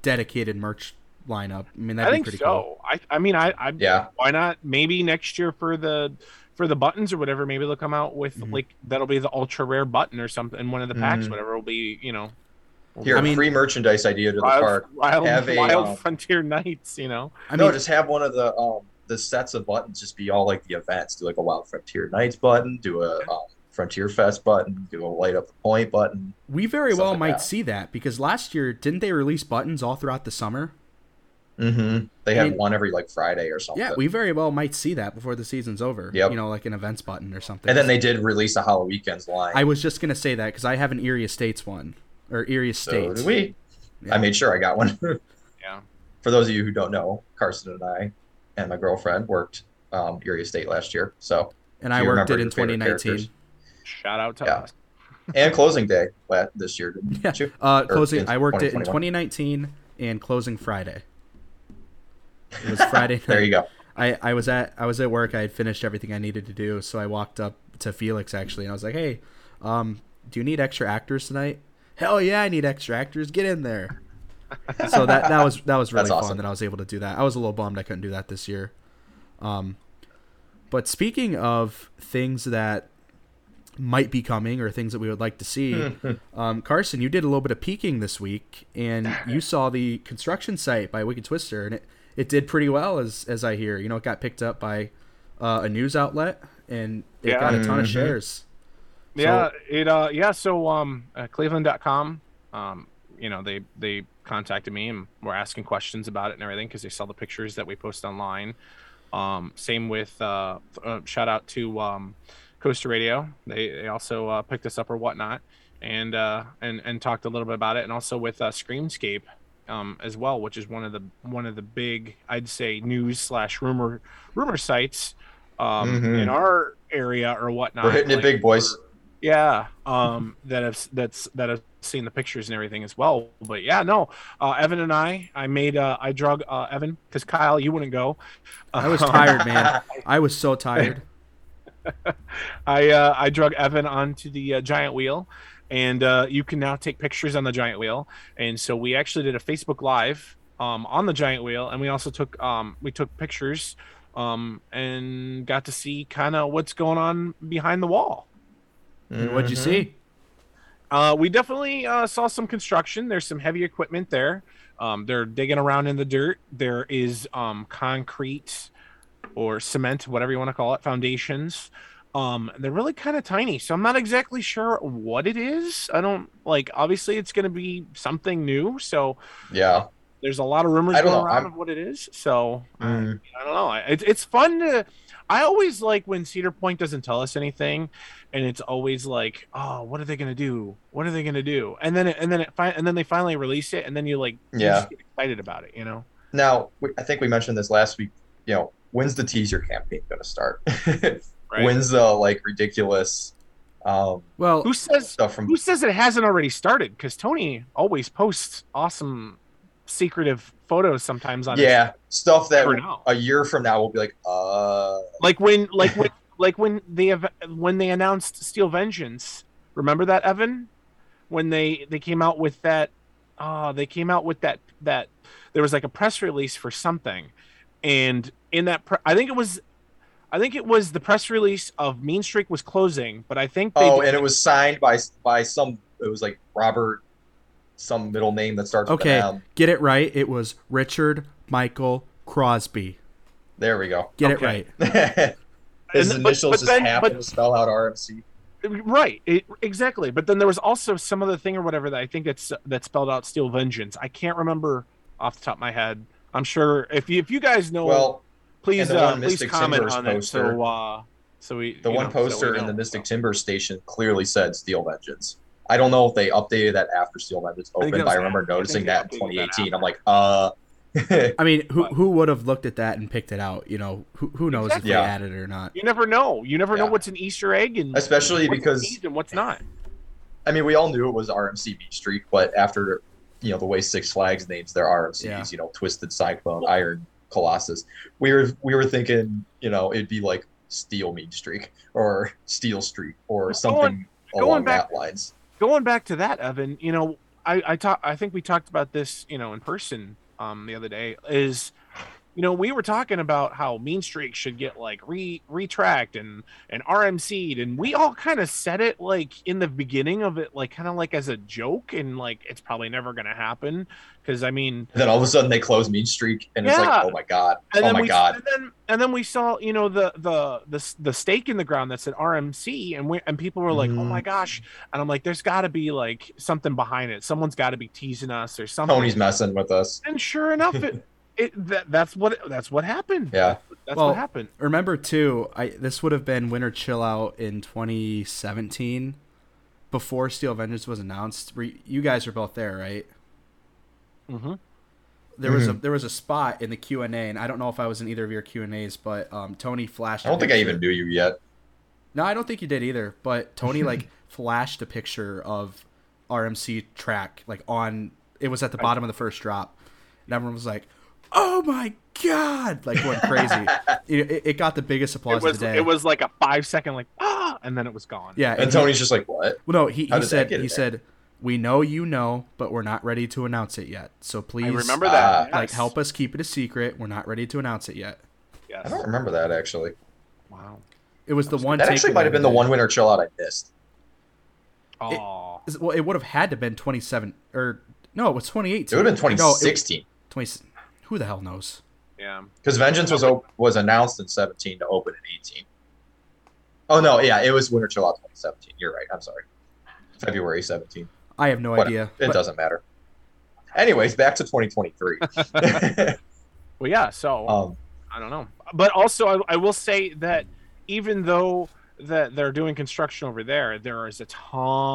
Speaker 2: dedicated merch lineup. I mean, that'd
Speaker 4: I
Speaker 2: be
Speaker 4: think
Speaker 2: pretty
Speaker 4: so.
Speaker 2: cool.
Speaker 4: I I mean I I
Speaker 3: Yeah.
Speaker 4: why not maybe next year for the for the buttons or whatever maybe they'll come out with
Speaker 2: Mhm.
Speaker 4: like that'll be the ultra rare button or something in one of the packs
Speaker 2: Mm-hmm.
Speaker 3: Mhm.
Speaker 4: whatever will be you know
Speaker 3: Here,
Speaker 2: I mean-
Speaker 3: free merchandise idea to the
Speaker 4: wild,
Speaker 3: park.
Speaker 4: wild,
Speaker 3: Have a,
Speaker 4: wild
Speaker 3: um,
Speaker 4: frontier nights you know
Speaker 2: I
Speaker 3: no,
Speaker 2: mean,
Speaker 3: just have one of the um the sets of buttons just be all like the events. Do like a Wild Frontier Nights button, do a um, Frontier Fest button, do a Light Up the Point button.
Speaker 2: we very well
Speaker 3: something
Speaker 2: might
Speaker 3: like that.
Speaker 2: see that because last year didn't they release buttons all throughout the summer?
Speaker 3: Mm-hmm. They
Speaker 2: I
Speaker 3: have
Speaker 2: mean-
Speaker 3: one every like Friday or something.
Speaker 2: Yeah, we very well might see that before the season's over.
Speaker 3: Yep.
Speaker 2: You know, like an events button or something.
Speaker 3: and then they did release a Hollow Weekends line.
Speaker 2: I was just gonna say that because I have an Erie Estates one or Erie
Speaker 3: so
Speaker 2: Estates.
Speaker 3: did we.
Speaker 2: Yeah.
Speaker 3: I made sure I got one.
Speaker 4: yeah
Speaker 3: For those of you who don't know, Carson and I and my girlfriend worked um, Erie State last year. So
Speaker 2: and
Speaker 3: Do
Speaker 2: I
Speaker 3: you
Speaker 2: worked
Speaker 3: remember
Speaker 2: it in
Speaker 3: your favorite
Speaker 2: 2019.
Speaker 3: characters?
Speaker 4: shout out to
Speaker 3: Yeah.
Speaker 4: us
Speaker 3: and closing day la- this year, didn't
Speaker 2: Yeah.
Speaker 3: you?
Speaker 2: Uh,
Speaker 3: Or
Speaker 2: closing.
Speaker 3: in
Speaker 2: I worked it in
Speaker 3: 2021.
Speaker 2: 2019 and closing Friday. It was Friday. night.
Speaker 3: There you go.
Speaker 2: I, I was at I was at work. I had finished everything I needed to do, so I walked up to Felix actually, and I was like, "Hey, um, do you need extra actors tonight?" Hell yeah, I need extra actors. Get in there. so that that was that was really
Speaker 3: That's
Speaker 2: fun
Speaker 3: awesome.
Speaker 2: that I was able to do that. I was a little bummed I couldn't do that this year. Um, but speaking of things that might be coming or things that we would like to see. um, Carson, you did a little bit of peeking this week, and you saw the construction site by Wicked Twister, and it, it did pretty well, as as I hear. You know, it got picked up by uh, a news outlet, and it
Speaker 4: Yeah.
Speaker 2: got a ton of
Speaker 3: Mhm.
Speaker 2: shares.
Speaker 4: yeah it uh yeah so um uh, cleveland.com um you know they they contacted me and were asking questions about it and everything because they saw the pictures that we post online um same with uh, uh shout out to um coaster radio they they also uh, picked us up or whatnot and uh and and talked a little bit about it and also with uh screamscape um, as well, which is one of the one of the big, I'd say, news slash rumor rumor sites um,
Speaker 3: Mhm.
Speaker 4: in our area or whatnot.
Speaker 3: We're hitting it big, boys.
Speaker 4: we're- yeah, um,
Speaker 2: Mm-hmm.
Speaker 4: that have that's that have seen the pictures and everything as well. But yeah, no, uh, Evan and I, I made uh, I drug uh, Evan because Kyle, you wouldn't go. Uh,
Speaker 2: I was tired, man. I was so tired.
Speaker 4: I uh, I drug Evan onto the uh, giant wheel, and uh, you can now take pictures on the giant wheel. And so we actually did a Facebook Live um, on the giant wheel, and we also took um, we took pictures um, and got to see kind of what's going on behind the wall.
Speaker 3: Mm-hmm.
Speaker 2: And What'd you see?
Speaker 4: Uh, we definitely uh, saw some construction. There's some heavy equipment there. Um, they're digging around in the dirt. There is um, concrete or cement, whatever you want to call it, foundations. Um, they're really kind of tiny, so I'm not exactly sure what it is. I don't like. Obviously, it's going to be something new, so
Speaker 3: Yeah.
Speaker 4: there's a lot of rumors
Speaker 3: I don't
Speaker 4: going
Speaker 3: know,
Speaker 4: around
Speaker 3: I'm-
Speaker 4: of what it is. So uh,
Speaker 3: Mm.
Speaker 4: I don't know. I- It's it's fun to. I always like when Cedar Point doesn't tell us anything, and it's always like, oh, what are they gonna do? What are they gonna do? And then it, and then it fi- and then they finally release it, and then you like you
Speaker 3: Yeah.
Speaker 4: just get excited about it, you know?
Speaker 3: Now, we, I think we mentioned this last week. You know, when's the teaser campaign going to start?
Speaker 4: Right?
Speaker 3: When's the like ridiculous um,
Speaker 2: Well,
Speaker 4: who says
Speaker 3: stuff from?
Speaker 4: who says it hasn't already started? Because Tony always posts awesome, secretive photos sometimes on his-
Speaker 3: Yeah, stuff that
Speaker 4: Never know.
Speaker 3: a year from now we'll be like, uh,
Speaker 4: like when like when like when they ev- when they announced steel vengeance remember that evan when they they came out with that uh they came out with that that there was like a press release for something and in that pre- i think it was i think it was the press release of mean streak was closing but i think they
Speaker 3: oh,
Speaker 4: did-
Speaker 3: and it was signed by by some. It was like Robert, some middle name that starts
Speaker 2: Okay.
Speaker 3: with an M.
Speaker 2: get it right. It was Richard Michael Crosby.
Speaker 3: There we go.
Speaker 2: Get it
Speaker 4: Okay.
Speaker 2: right.
Speaker 3: His
Speaker 4: And- but-
Speaker 3: initials
Speaker 4: but
Speaker 3: just
Speaker 4: then-
Speaker 3: happen
Speaker 4: but-
Speaker 3: to spell out RMC.
Speaker 4: right it, exactly but then there was also some other thing or whatever that i think that's that spelled out steel vengeance i can't remember off the top of my head i'm sure if you if you guys know
Speaker 3: Well,
Speaker 4: please
Speaker 3: And the
Speaker 4: uh,
Speaker 3: one
Speaker 4: please
Speaker 3: Mystic
Speaker 4: comment
Speaker 3: Timbers
Speaker 4: on it so
Speaker 3: poster.
Speaker 4: uh so we
Speaker 3: the
Speaker 4: you
Speaker 3: one
Speaker 4: know, so we
Speaker 3: poster in
Speaker 4: know.
Speaker 3: the Mystic Timber station clearly said Steel Vengeance. I don't know if they updated that after Steel Vengeance
Speaker 4: think
Speaker 3: opened,
Speaker 4: that
Speaker 3: but
Speaker 4: was
Speaker 3: I remember
Speaker 4: after. I
Speaker 3: noticing
Speaker 4: think they
Speaker 3: that in
Speaker 4: updated that
Speaker 3: 2018. I'm like, uh,
Speaker 2: I mean, who
Speaker 4: But-
Speaker 2: who would have looked at that and picked it out? You know, who who knows
Speaker 4: Exactly.
Speaker 2: if they
Speaker 3: Yeah.
Speaker 2: added it or not?
Speaker 4: you never know you never know
Speaker 3: Yeah.
Speaker 4: what's an easter egg and
Speaker 3: Especially
Speaker 4: what's
Speaker 3: because-
Speaker 4: teased and what's not
Speaker 3: I mean, we all knew it was RMC Beach Street, but after you know the way Six Flags names their RMCs,
Speaker 2: Yeah.
Speaker 3: you know, Twisted Cyclone, Iron Colossus, we were we were thinking, you know, it'd be like Steel Mean Streak or Steel Streak or something
Speaker 4: going
Speaker 3: along
Speaker 4: back-
Speaker 3: that lines.
Speaker 4: going back to that evan you know i i talk, i think we talked about this you know in person um the other day is you know we were talking about how mean streak should get like re retracked and and rmc'd and we all kind of said it like in the beginning of it like kind of like as a joke and like it's probably never gonna happen because i mean
Speaker 3: And then all of a sudden they close Mean Streak, and it's
Speaker 4: Yeah.
Speaker 3: like, oh my god,
Speaker 4: and
Speaker 3: oh
Speaker 4: then
Speaker 3: my
Speaker 4: we,
Speaker 3: god,
Speaker 4: And then, and then we saw, you know, the the the the stake in the ground that said RMC, and we and people were like, "Oh
Speaker 3: Mm.
Speaker 4: my gosh!" And I'm like, "There's got to be like something behind it. Someone's got to be teasing us or something."
Speaker 3: Tony's messing with us.
Speaker 4: And sure enough, it, it that, that's what that's what happened.
Speaker 3: Yeah,
Speaker 4: That's
Speaker 2: Well,
Speaker 4: what happened.
Speaker 2: Remember too, I this would have been Winter Chill Out in 2017, before Steel Vengeance was announced. Were y- You guys were both there, right?
Speaker 4: hmm
Speaker 2: There was a there was a spot in the Q and A, and I don't know if I was in either of your Q and As, but um, Tony flashed.
Speaker 3: I
Speaker 2: a
Speaker 3: don't think I
Speaker 2: picture.
Speaker 3: even knew you yet.
Speaker 2: No, I don't think you did either. But Tony like flashed a picture of RMC track like on. It was at the bottom of the first drop, and everyone was like, "Oh my god!" Like went crazy. it, it- it got the biggest
Speaker 4: It
Speaker 2: applause of
Speaker 4: was
Speaker 2: the day.
Speaker 4: it was like a five second like ah, and then it was gone.
Speaker 2: yeah.
Speaker 3: And
Speaker 2: he-
Speaker 3: Tony's just like, what?
Speaker 2: well, no, he,
Speaker 3: How
Speaker 2: he
Speaker 3: did that
Speaker 2: said he
Speaker 3: get in there?
Speaker 2: said we know you know, but we're not ready to announce it yet. So please, uh,
Speaker 4: I remember that.
Speaker 3: Ah.
Speaker 2: like
Speaker 4: Yes.
Speaker 2: help us keep it a secret. We're not ready to announce it yet.
Speaker 3: I
Speaker 4: Yes.
Speaker 3: don't remember that actually.
Speaker 4: Wow.
Speaker 2: It was the one.
Speaker 3: that actually
Speaker 2: takeaway
Speaker 3: might have been the
Speaker 2: that-
Speaker 3: one winter chill out I missed.
Speaker 4: Oh,
Speaker 2: Is- Well, it would have had to been 27 or no, it was 28.
Speaker 3: It would have been
Speaker 2: No, it-
Speaker 3: 2016
Speaker 2: 20 who the hell knows?
Speaker 4: yeah.
Speaker 3: because Vengeance was op- was announced in 17 to open in 18. Oh no, yeah, it was winter chill out 2017. You're right. I'm sorry, February 17.
Speaker 2: I have no
Speaker 3: Whatever.
Speaker 2: idea.
Speaker 3: It
Speaker 2: But
Speaker 3: doesn't matter. Anyways, back to 2023.
Speaker 4: Well, yeah. So
Speaker 3: um,
Speaker 4: I don't know. But also, I, I will say that even though that they're doing construction over there, there is a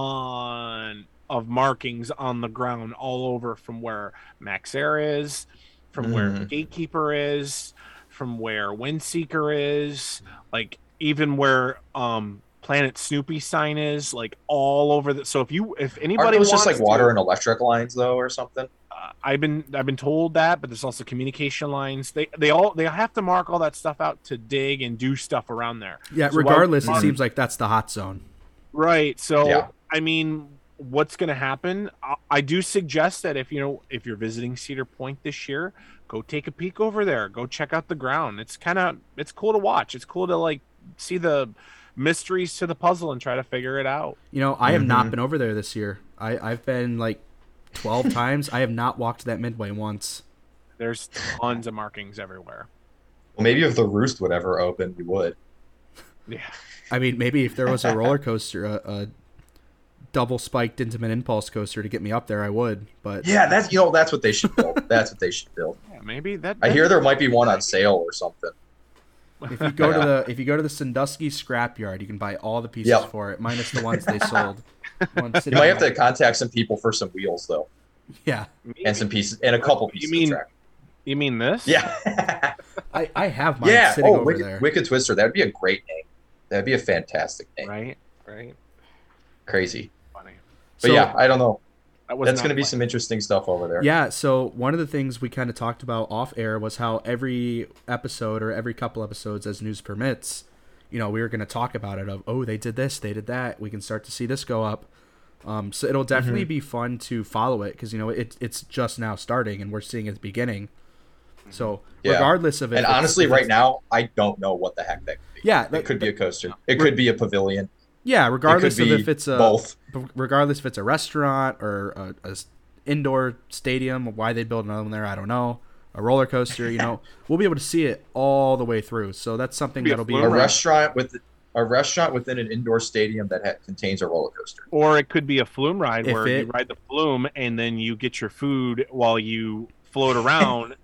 Speaker 4: ton of markings on the ground all over from where Max Air is, from where
Speaker 3: Mhm.
Speaker 4: Gatekeeper is, from where Windseeker is, like even where um Planet Snoopy sign is, like all over the. So if you if
Speaker 3: aren't
Speaker 4: anybody
Speaker 3: those just
Speaker 4: wants
Speaker 3: like water
Speaker 4: to-
Speaker 3: and electric lines though, or something?
Speaker 4: uh, I've been I've been told that, but there's also communication lines. They they all they have to mark all that stuff out to dig and do stuff around there.
Speaker 2: yeah,
Speaker 4: So why-
Speaker 2: regardless, it
Speaker 3: Mhm.
Speaker 2: seems like that's the hot zone.
Speaker 4: Right. So
Speaker 3: Yeah.
Speaker 4: I mean, what's going to happen? I, I do suggest that if you know if you're visiting Cedar Point this year, go take a peek over there. Go check out the ground. It's kind of it's cool to watch. It's cool to like see the mysteries to the puzzle and try to figure it out.
Speaker 2: You know, I have not
Speaker 3: Mhm.
Speaker 2: been over there this year. I, I've been like 12 times. I have not walked that midway once.
Speaker 4: There's tons of markings everywhere.
Speaker 3: Well, maybe if the roost would ever open, we would.
Speaker 4: Yeah.
Speaker 2: I mean, maybe if there was a roller coaster, a, a double spiked Intamin impulse coaster to get me up there, I would. But
Speaker 3: Yeah, that's you know that's what they should build. that's what they should build.
Speaker 4: Yeah, maybe that.
Speaker 3: I hear there might be one on sale or something.
Speaker 2: if you go to the if you go to the Sandusky scrapyard, you can buy all the pieces
Speaker 3: Yep.
Speaker 2: for it, minus the ones they sold. One
Speaker 3: You might have to contact some people for some wheels though,
Speaker 2: Yeah,
Speaker 3: and some pieces, and a couple pieces.
Speaker 4: mean-
Speaker 3: of track.
Speaker 4: You mean this?
Speaker 3: Yeah,
Speaker 2: I, I have mine
Speaker 3: yeah.
Speaker 2: sitting
Speaker 3: Oh,
Speaker 2: over there.
Speaker 3: Wicked, Wicked Twister. That'd be a great name. That'd be a fantastic name.
Speaker 4: Right. Right.
Speaker 3: Crazy.
Speaker 4: Funny.
Speaker 3: But
Speaker 2: So-
Speaker 3: yeah, I don't know.
Speaker 4: That was
Speaker 3: That's going
Speaker 4: not
Speaker 3: to be
Speaker 4: planned.
Speaker 3: some interesting stuff over there.
Speaker 2: Yeah, so one of the things we kind of talked about off air was how every episode or every couple episodes, as news permits, you know, we were going to talk about it of, oh, they did this, they did that. We can start to see this go up. Um, so it'll definitely
Speaker 3: Mm-hmm.
Speaker 2: be fun to follow it because, you know, it, it's just now starting and we're seeing it at the beginning. So
Speaker 3: Mm-hmm. Yeah.
Speaker 2: regardless of it.
Speaker 3: And honestly, right now, I don't know what the heck that could be.
Speaker 2: Yeah,
Speaker 3: It could be a coaster. It
Speaker 2: We're-
Speaker 3: could be a pavilion.
Speaker 2: Yeah, regardless
Speaker 3: it
Speaker 2: of
Speaker 3: could be
Speaker 2: if it's a
Speaker 3: both.
Speaker 2: b- regardless if it's a restaurant or a, a s- indoor stadium, why they build another one there, I don't know. A roller coaster, you know, we'll be able to see it all the way through. So that's something
Speaker 4: Be a
Speaker 2: that'll be
Speaker 4: flume.
Speaker 3: A
Speaker 4: Right.
Speaker 3: restaurant with a restaurant within an indoor stadium that ha- contains a roller coaster.
Speaker 4: Or it could be a flume ride
Speaker 2: If
Speaker 4: where you
Speaker 2: it-
Speaker 4: ride the flume and then you get your food while you float around,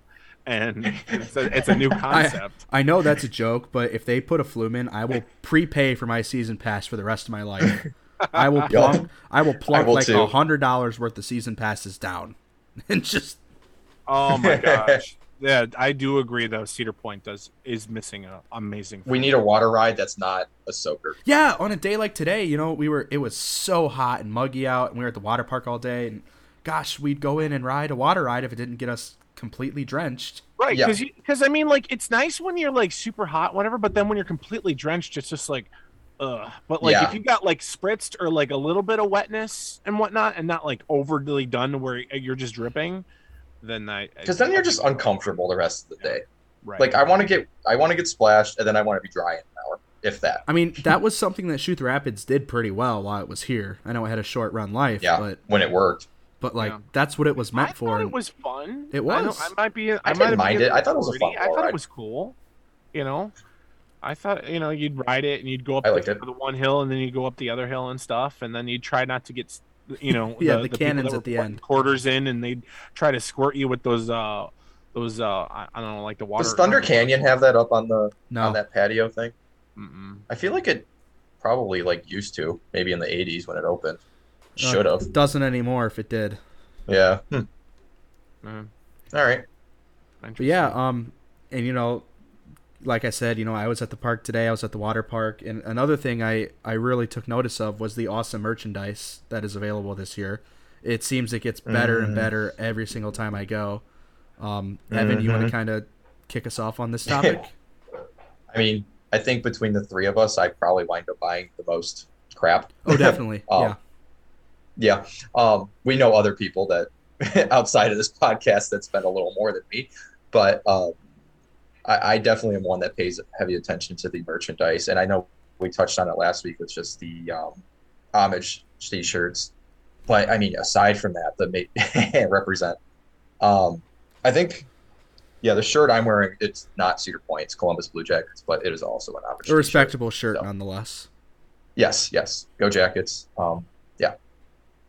Speaker 4: and it's a, it's a new concept.
Speaker 2: I know that's a joke, but if they put a flume in, I will prepay for my season pass for the rest of my life. I will plunk. I will plunk
Speaker 3: will
Speaker 2: like
Speaker 3: too.
Speaker 2: a hundred dollars worth of season passes down, and just
Speaker 4: Oh my gosh! Yeah, I do agree though. Cedar Point does is missing an amazing.
Speaker 3: We need a water ride that's not a soaker.
Speaker 2: Yeah, on a day like today, you know, we were it was so hot and muggy out, and we were at the water park all day, and gosh, we'd go in and ride a water ride if it didn't get us completely drenched.
Speaker 4: right
Speaker 3: Yeah.
Speaker 4: because because I mean like it's nice when you're like super hot whatever, but then when you're completely drenched, it's just like. Ugh. But like
Speaker 3: Yeah.
Speaker 4: if you got like spritzed or like a little bit of wetness and whatnot, and not like overly done to where uh, you're just dripping, then I
Speaker 3: Because then you're just uncomfortable the rest of the day.
Speaker 4: right.
Speaker 3: Like I want to get I want to get splashed and then I want to be dry in an hour, if that.
Speaker 2: I mean, that was something that Shooth Rapids did pretty well while it was here. I know it had a short run life,
Speaker 3: Yeah.
Speaker 2: but
Speaker 3: When it worked,
Speaker 2: but like
Speaker 4: Yeah.
Speaker 2: that's what it was meant
Speaker 4: I
Speaker 2: for.
Speaker 4: thought it
Speaker 2: and-
Speaker 4: was fun.
Speaker 2: It
Speaker 4: I,
Speaker 2: was.
Speaker 4: don't- I might be. I,
Speaker 3: didn't
Speaker 4: might have
Speaker 3: mind
Speaker 4: been
Speaker 3: it. I thought it was a fun
Speaker 4: nerdy. I thought
Speaker 3: ride.
Speaker 4: it was cool. You know, I thought you know you'd ride it and you'd go up
Speaker 3: I
Speaker 4: the,
Speaker 3: liked it.
Speaker 4: the one hill and then you'd go up the other hill and stuff, and then you'd try not to get s- you know
Speaker 2: Yeah, the
Speaker 4: people
Speaker 2: cannons
Speaker 4: that were
Speaker 2: at the
Speaker 4: putting
Speaker 2: end.
Speaker 4: quarters in, and they'd try to squirt you with those uh those uh I, I don't know like the water.
Speaker 3: does Thunder Canyon have that up on the
Speaker 2: no,
Speaker 3: on Oh, that patio thing?
Speaker 4: Mm-mm.
Speaker 3: I feel like it probably like used to maybe in the 80s when it opened.
Speaker 2: no,
Speaker 3: Should have.
Speaker 2: it uh, doesn't anymore if it did.
Speaker 3: Yeah. Hmm.
Speaker 4: Mm,
Speaker 3: All right.
Speaker 2: But yeah, um, and you know, like I said, you know, I was at the park today. I was at the water park, and another thing I I really took notice of was the awesome merchandise that is available this year. It seems it gets better and
Speaker 3: Mhm.
Speaker 2: better every single time I go. Um, Evan, you want to
Speaker 3: Mhm.
Speaker 2: kind of kick us off on this topic?
Speaker 3: I mean, I think between the three of us, I probably wind up buying the most crap.
Speaker 2: oh, definitely.
Speaker 3: Oh.
Speaker 2: Yeah.
Speaker 3: Yeah. Um, we know other people that outside of this podcast that spend a little more than me, but um, I, I definitely am one that pays heavy attention to the merchandise. And I know we touched on it last week with just the um, homage t-shirts. But I mean, aside from that, the ma- represent. Um, I think, yeah, the shirt I'm wearing it's not Cedar Point, it's Columbus Blue Jackets, but it is also an homage.
Speaker 2: A
Speaker 3: t-shirt.
Speaker 2: respectable shirt,
Speaker 3: so.
Speaker 2: nonetheless.
Speaker 3: Yes, yes, go Jackets. Um, yeah,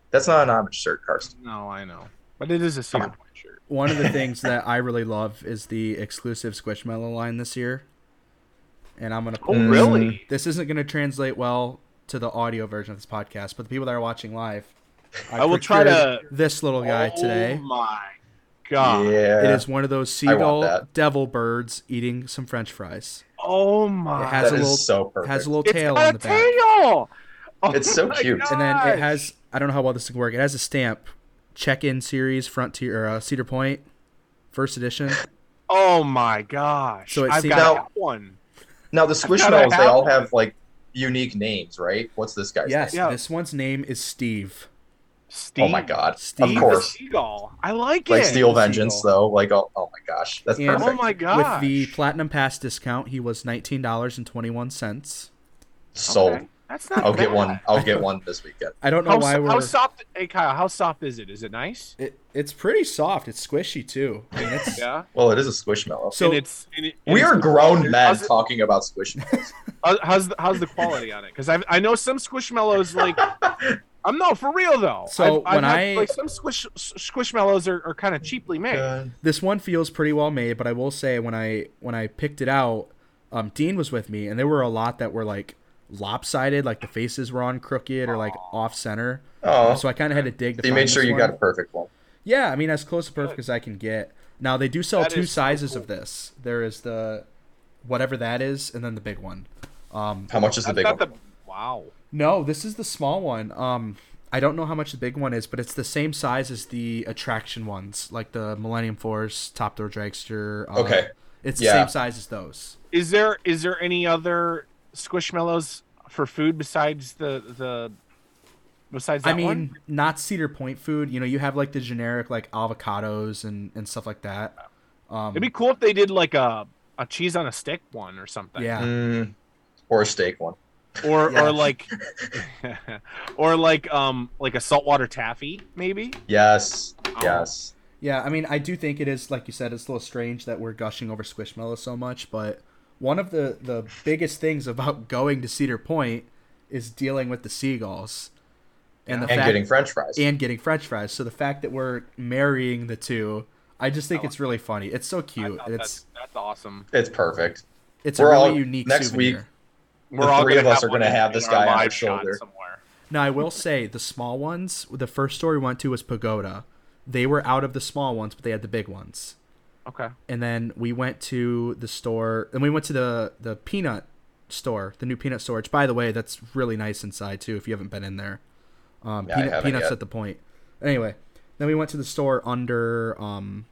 Speaker 3: that's not an homage shirt, Karsten.
Speaker 4: No, I know, but it is a Cedar
Speaker 3: on.
Speaker 4: Point shirt.
Speaker 2: One of the things that I really love is the exclusive Squishmallow line this year. And I'm going to
Speaker 4: Oh,
Speaker 3: Mm.
Speaker 4: really?
Speaker 2: This isn't going to translate well to the audio version of this podcast, but the people that are watching live,
Speaker 4: I will try
Speaker 2: procured this little guy
Speaker 4: oh,
Speaker 2: today.
Speaker 4: my god!
Speaker 3: Yeah,
Speaker 2: Ah, It is one of those
Speaker 3: I want
Speaker 2: seagull
Speaker 3: that.
Speaker 2: devil birds eating some French fries.
Speaker 4: Oh
Speaker 2: It
Speaker 4: my!
Speaker 2: has
Speaker 3: That
Speaker 2: a
Speaker 3: is
Speaker 2: little
Speaker 3: so perfect.
Speaker 2: has a little
Speaker 4: It's
Speaker 2: tail
Speaker 4: got
Speaker 2: on
Speaker 4: a
Speaker 2: the back,
Speaker 4: tail. Oh
Speaker 3: It's so
Speaker 4: my
Speaker 3: cute.
Speaker 2: and then
Speaker 4: gosh.
Speaker 2: it has I don't know how well this can work. It has a stamp, check in series Frontier or, uh, Cedar Point, first edition.
Speaker 4: Oh my gosh!
Speaker 2: So it
Speaker 4: I've
Speaker 2: seems-
Speaker 4: got
Speaker 3: Now-
Speaker 4: one.
Speaker 3: Now the
Speaker 4: gotta
Speaker 3: Squishmallows,
Speaker 4: have
Speaker 3: they all
Speaker 4: one.
Speaker 3: have like unique names, right? What's this guy's
Speaker 2: Yes,
Speaker 4: Yeah.
Speaker 2: this one's name is Steve.
Speaker 4: Steve.
Speaker 3: name? Oh my god!
Speaker 2: Steve
Speaker 3: of
Speaker 4: Steve the
Speaker 3: course,
Speaker 4: Seagull. I like
Speaker 3: like
Speaker 4: it.
Speaker 3: Steel Vengeance,
Speaker 2: Seagull.
Speaker 3: though. Like, oh, oh my gosh, that's
Speaker 2: And-
Speaker 4: Oh
Speaker 3: perfect.
Speaker 4: my god!
Speaker 2: With the platinum pass discount, he was nineteen dollars and twenty one cents.
Speaker 3: Sold.
Speaker 4: That's not.
Speaker 3: I'll get
Speaker 4: bad.
Speaker 3: one. I'll get one this weekend.
Speaker 2: I don't know
Speaker 4: How,
Speaker 2: why
Speaker 4: so-
Speaker 2: we're
Speaker 4: how soft? Hey Kyle, how soft is it? Is it nice?
Speaker 2: It, it's pretty soft. It's squishy too. I mean, it's,
Speaker 4: Yeah.
Speaker 3: Well, it is a Squishmallow.
Speaker 2: So
Speaker 4: and it's, and it- and
Speaker 3: we
Speaker 4: it's-
Speaker 3: are grown men
Speaker 4: How's, it-
Speaker 3: talking about Squishmallows.
Speaker 4: how- how's the, how's the quality on it? Because I I know some squishmallows like I'm no for real though.
Speaker 2: So
Speaker 4: I've,
Speaker 2: when
Speaker 4: I've had,
Speaker 2: I-
Speaker 4: like some squish s- squishmallows are, are kind of cheaply made.
Speaker 2: this one feels pretty well made. But I will say when I when I picked it out, um, Dean was with me, and there were a lot that were like lopsided, like the faces were on crooked or like off center.
Speaker 3: Oh,
Speaker 2: So I kind of had to dig. To
Speaker 3: so you
Speaker 2: find
Speaker 3: made sure
Speaker 2: this
Speaker 3: you
Speaker 2: one.
Speaker 3: got a perfect one.
Speaker 2: Yeah, I mean as close to perfect as I can get. Now they do sell
Speaker 4: That
Speaker 2: two
Speaker 4: is so
Speaker 2: sizes
Speaker 4: cool.
Speaker 2: of this. There is the whatever that is, and then the big one. Um,
Speaker 3: How much is the
Speaker 4: That's
Speaker 3: big one?
Speaker 4: not the- wow.
Speaker 2: No, this is the small one. Um, I don't know how much the big one is, but it's the same size as the attraction ones, like the Millennium Force, Top Door Dragster. uh,
Speaker 3: Okay.
Speaker 2: it's the
Speaker 3: Yeah.
Speaker 2: same size as those.
Speaker 4: Is there is there any other squishmallows for food besides the the besides that
Speaker 2: I mean,
Speaker 4: one?
Speaker 2: not Cedar Point food. You know, you have like the generic like avocados and and stuff like that. Um,
Speaker 4: It'd be cool if they did like a a cheese on a stick one or something.
Speaker 2: yeah,
Speaker 3: Mm, or a steak one.
Speaker 4: Or
Speaker 2: Yeah.
Speaker 4: or like or like um like a saltwater taffy maybe.
Speaker 3: Yes.
Speaker 4: Oh.
Speaker 3: Yes.
Speaker 2: yeah. I mean, I do think it is like you said. It's a little strange that we're gushing over Squishmallow so much, but one of the the biggest things about going to Cedar Point is dealing with the seagulls. And the
Speaker 3: And
Speaker 2: fact
Speaker 3: getting French fries.
Speaker 2: and getting french fries so the fact that we're marrying the two i just think
Speaker 4: Oh.
Speaker 2: it's really funny it's so
Speaker 4: I
Speaker 2: cute
Speaker 4: thought
Speaker 2: it's
Speaker 4: that's that's awesome.
Speaker 3: it's perfect.
Speaker 2: it's a
Speaker 3: We're
Speaker 2: really
Speaker 3: all-
Speaker 2: unique
Speaker 3: next
Speaker 2: souvenir.
Speaker 3: week-
Speaker 4: We're
Speaker 3: The
Speaker 4: all
Speaker 3: three
Speaker 4: gonna
Speaker 3: of us are
Speaker 4: one
Speaker 3: gonna
Speaker 4: in-
Speaker 3: have
Speaker 4: in
Speaker 3: this guy on
Speaker 4: live
Speaker 3: our
Speaker 4: shot
Speaker 3: shoulder.
Speaker 4: somewhere.
Speaker 2: now i will say the small ones the first store we went to was pagoda they were out of the small ones but they had the big ones
Speaker 4: Okay.
Speaker 2: and then we went to the store and we went to the the peanut store the new peanut store which by the way that's really nice inside too if you haven't been in there um
Speaker 3: Yeah, I
Speaker 2: peanut,
Speaker 3: haven't
Speaker 2: peanuts
Speaker 3: yet.
Speaker 2: at the point anyway then we went to the store under um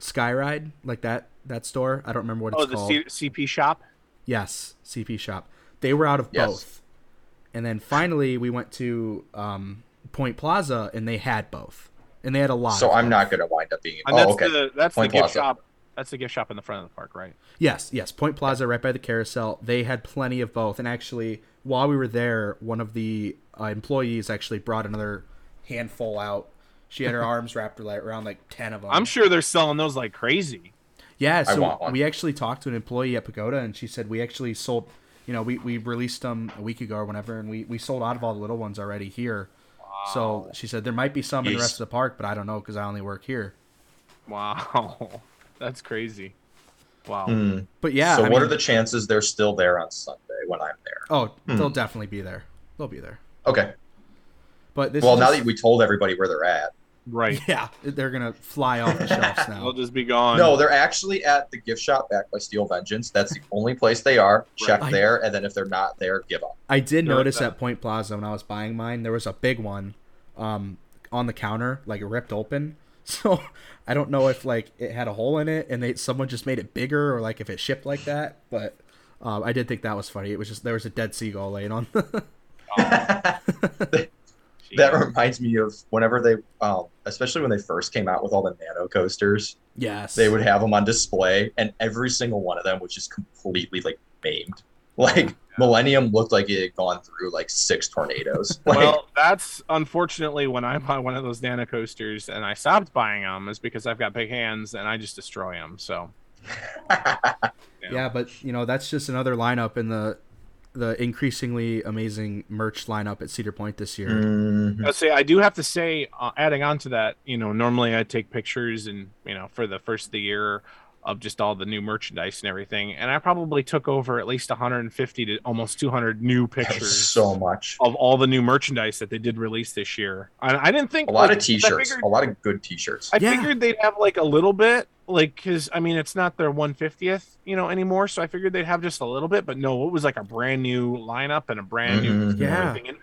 Speaker 2: skyride like that that store i don't remember what it's
Speaker 4: Oh, the
Speaker 2: called
Speaker 4: C- CP shop.
Speaker 2: yes cp shop they were out of
Speaker 3: Yes.
Speaker 2: both and then finally we went to um point plaza and they had both and they had a lot
Speaker 3: So
Speaker 2: of
Speaker 3: I'm
Speaker 2: both.
Speaker 3: not going to wind up being.
Speaker 4: And
Speaker 3: Oh,
Speaker 4: that's
Speaker 3: okay.
Speaker 4: the that's
Speaker 3: Point
Speaker 4: the gift
Speaker 3: Plaza.
Speaker 4: shop. That's the gift shop in the front of the park, right?
Speaker 2: Yes, yes. Point Plaza, right by the carousel. They had plenty of both. And actually, while we were there, one of the uh, employees actually brought another handful out. She had her arms wrapped like, around like 10 of them.
Speaker 4: I'm sure they're selling those like crazy.
Speaker 2: Yeah,
Speaker 3: I
Speaker 2: so
Speaker 3: want one.
Speaker 2: we actually talked to an employee at Pagoda, and she said we actually sold, you know, we, we released them a week ago or whenever, and we, we sold out of all the little ones already here. So she said there might be some in the
Speaker 3: Yeesh.
Speaker 2: rest of the park, but I don't know because I only work here.
Speaker 4: Wow, that's crazy. Wow.
Speaker 3: Hmm.
Speaker 2: But yeah,
Speaker 3: So
Speaker 2: I
Speaker 3: what
Speaker 2: mean-
Speaker 3: are the chances they're still there on Sunday when I'm there?
Speaker 2: Oh, they'll
Speaker 3: Hmm.
Speaker 2: definitely be there. They'll be there.
Speaker 3: Okay.
Speaker 2: But this
Speaker 3: well,
Speaker 2: is
Speaker 3: now
Speaker 2: just-
Speaker 3: that we told everybody where they're at,
Speaker 4: Right.
Speaker 2: Yeah, they're gonna fly off the shelves now.
Speaker 4: They'll just be gone.
Speaker 3: no, they're actually at the gift shop back by Steel Vengeance. That's the only place they are. Check
Speaker 2: Right.
Speaker 3: there, and then if they're not there, give up.
Speaker 2: I did
Speaker 4: They're
Speaker 2: notice
Speaker 4: like
Speaker 2: at Point Plaza when I was buying mine, there was a big one, um, on the counter, like ripped open. So I don't know if like it had a hole in it and they someone just made it bigger or like if it shipped like that. But um, I did think that was funny. It was just there was a dead seagull laying on.
Speaker 4: Jeez.
Speaker 3: That reminds me of whenever they, um, especially when they first came out with all the nano coasters,
Speaker 2: yes,
Speaker 3: they would have them on display, and every single one of them was just completely like maimed. Like Millennium looked like it had gone through like six tornadoes. Like,
Speaker 4: Well, that's unfortunately when I buy one of those Nano coasters and I stopped buying them is because I've got big hands and I just destroy them. So
Speaker 2: Yeah. but you know that's just another lineup in the the increasingly amazing merch lineup at Cedar Point this year. Mm-hmm.
Speaker 3: Mhm.
Speaker 4: I say uh, I do have to say, uh, adding on to that, you know, normally I take pictures and you know for the first of the year of just all the new merchandise and everything, and I probably took over at least 150 to almost 200 new
Speaker 3: That was
Speaker 4: pictures.
Speaker 3: so much.
Speaker 4: of all the new merchandise that they did release this year. I, I didn't think
Speaker 3: A lot
Speaker 4: like,
Speaker 3: of
Speaker 4: 'cause I
Speaker 3: t-shirts.
Speaker 4: figured,
Speaker 3: A lot of good t-shirts.
Speaker 4: I
Speaker 2: Yeah.
Speaker 4: figured they'd have like a little bit, like because I mean it's not their 150th, you know, anymore. So I figured they'd have just a little bit, but no, it was like a brand new lineup and a brand new
Speaker 3: Mhm.
Speaker 2: Yeah.
Speaker 4: everything in.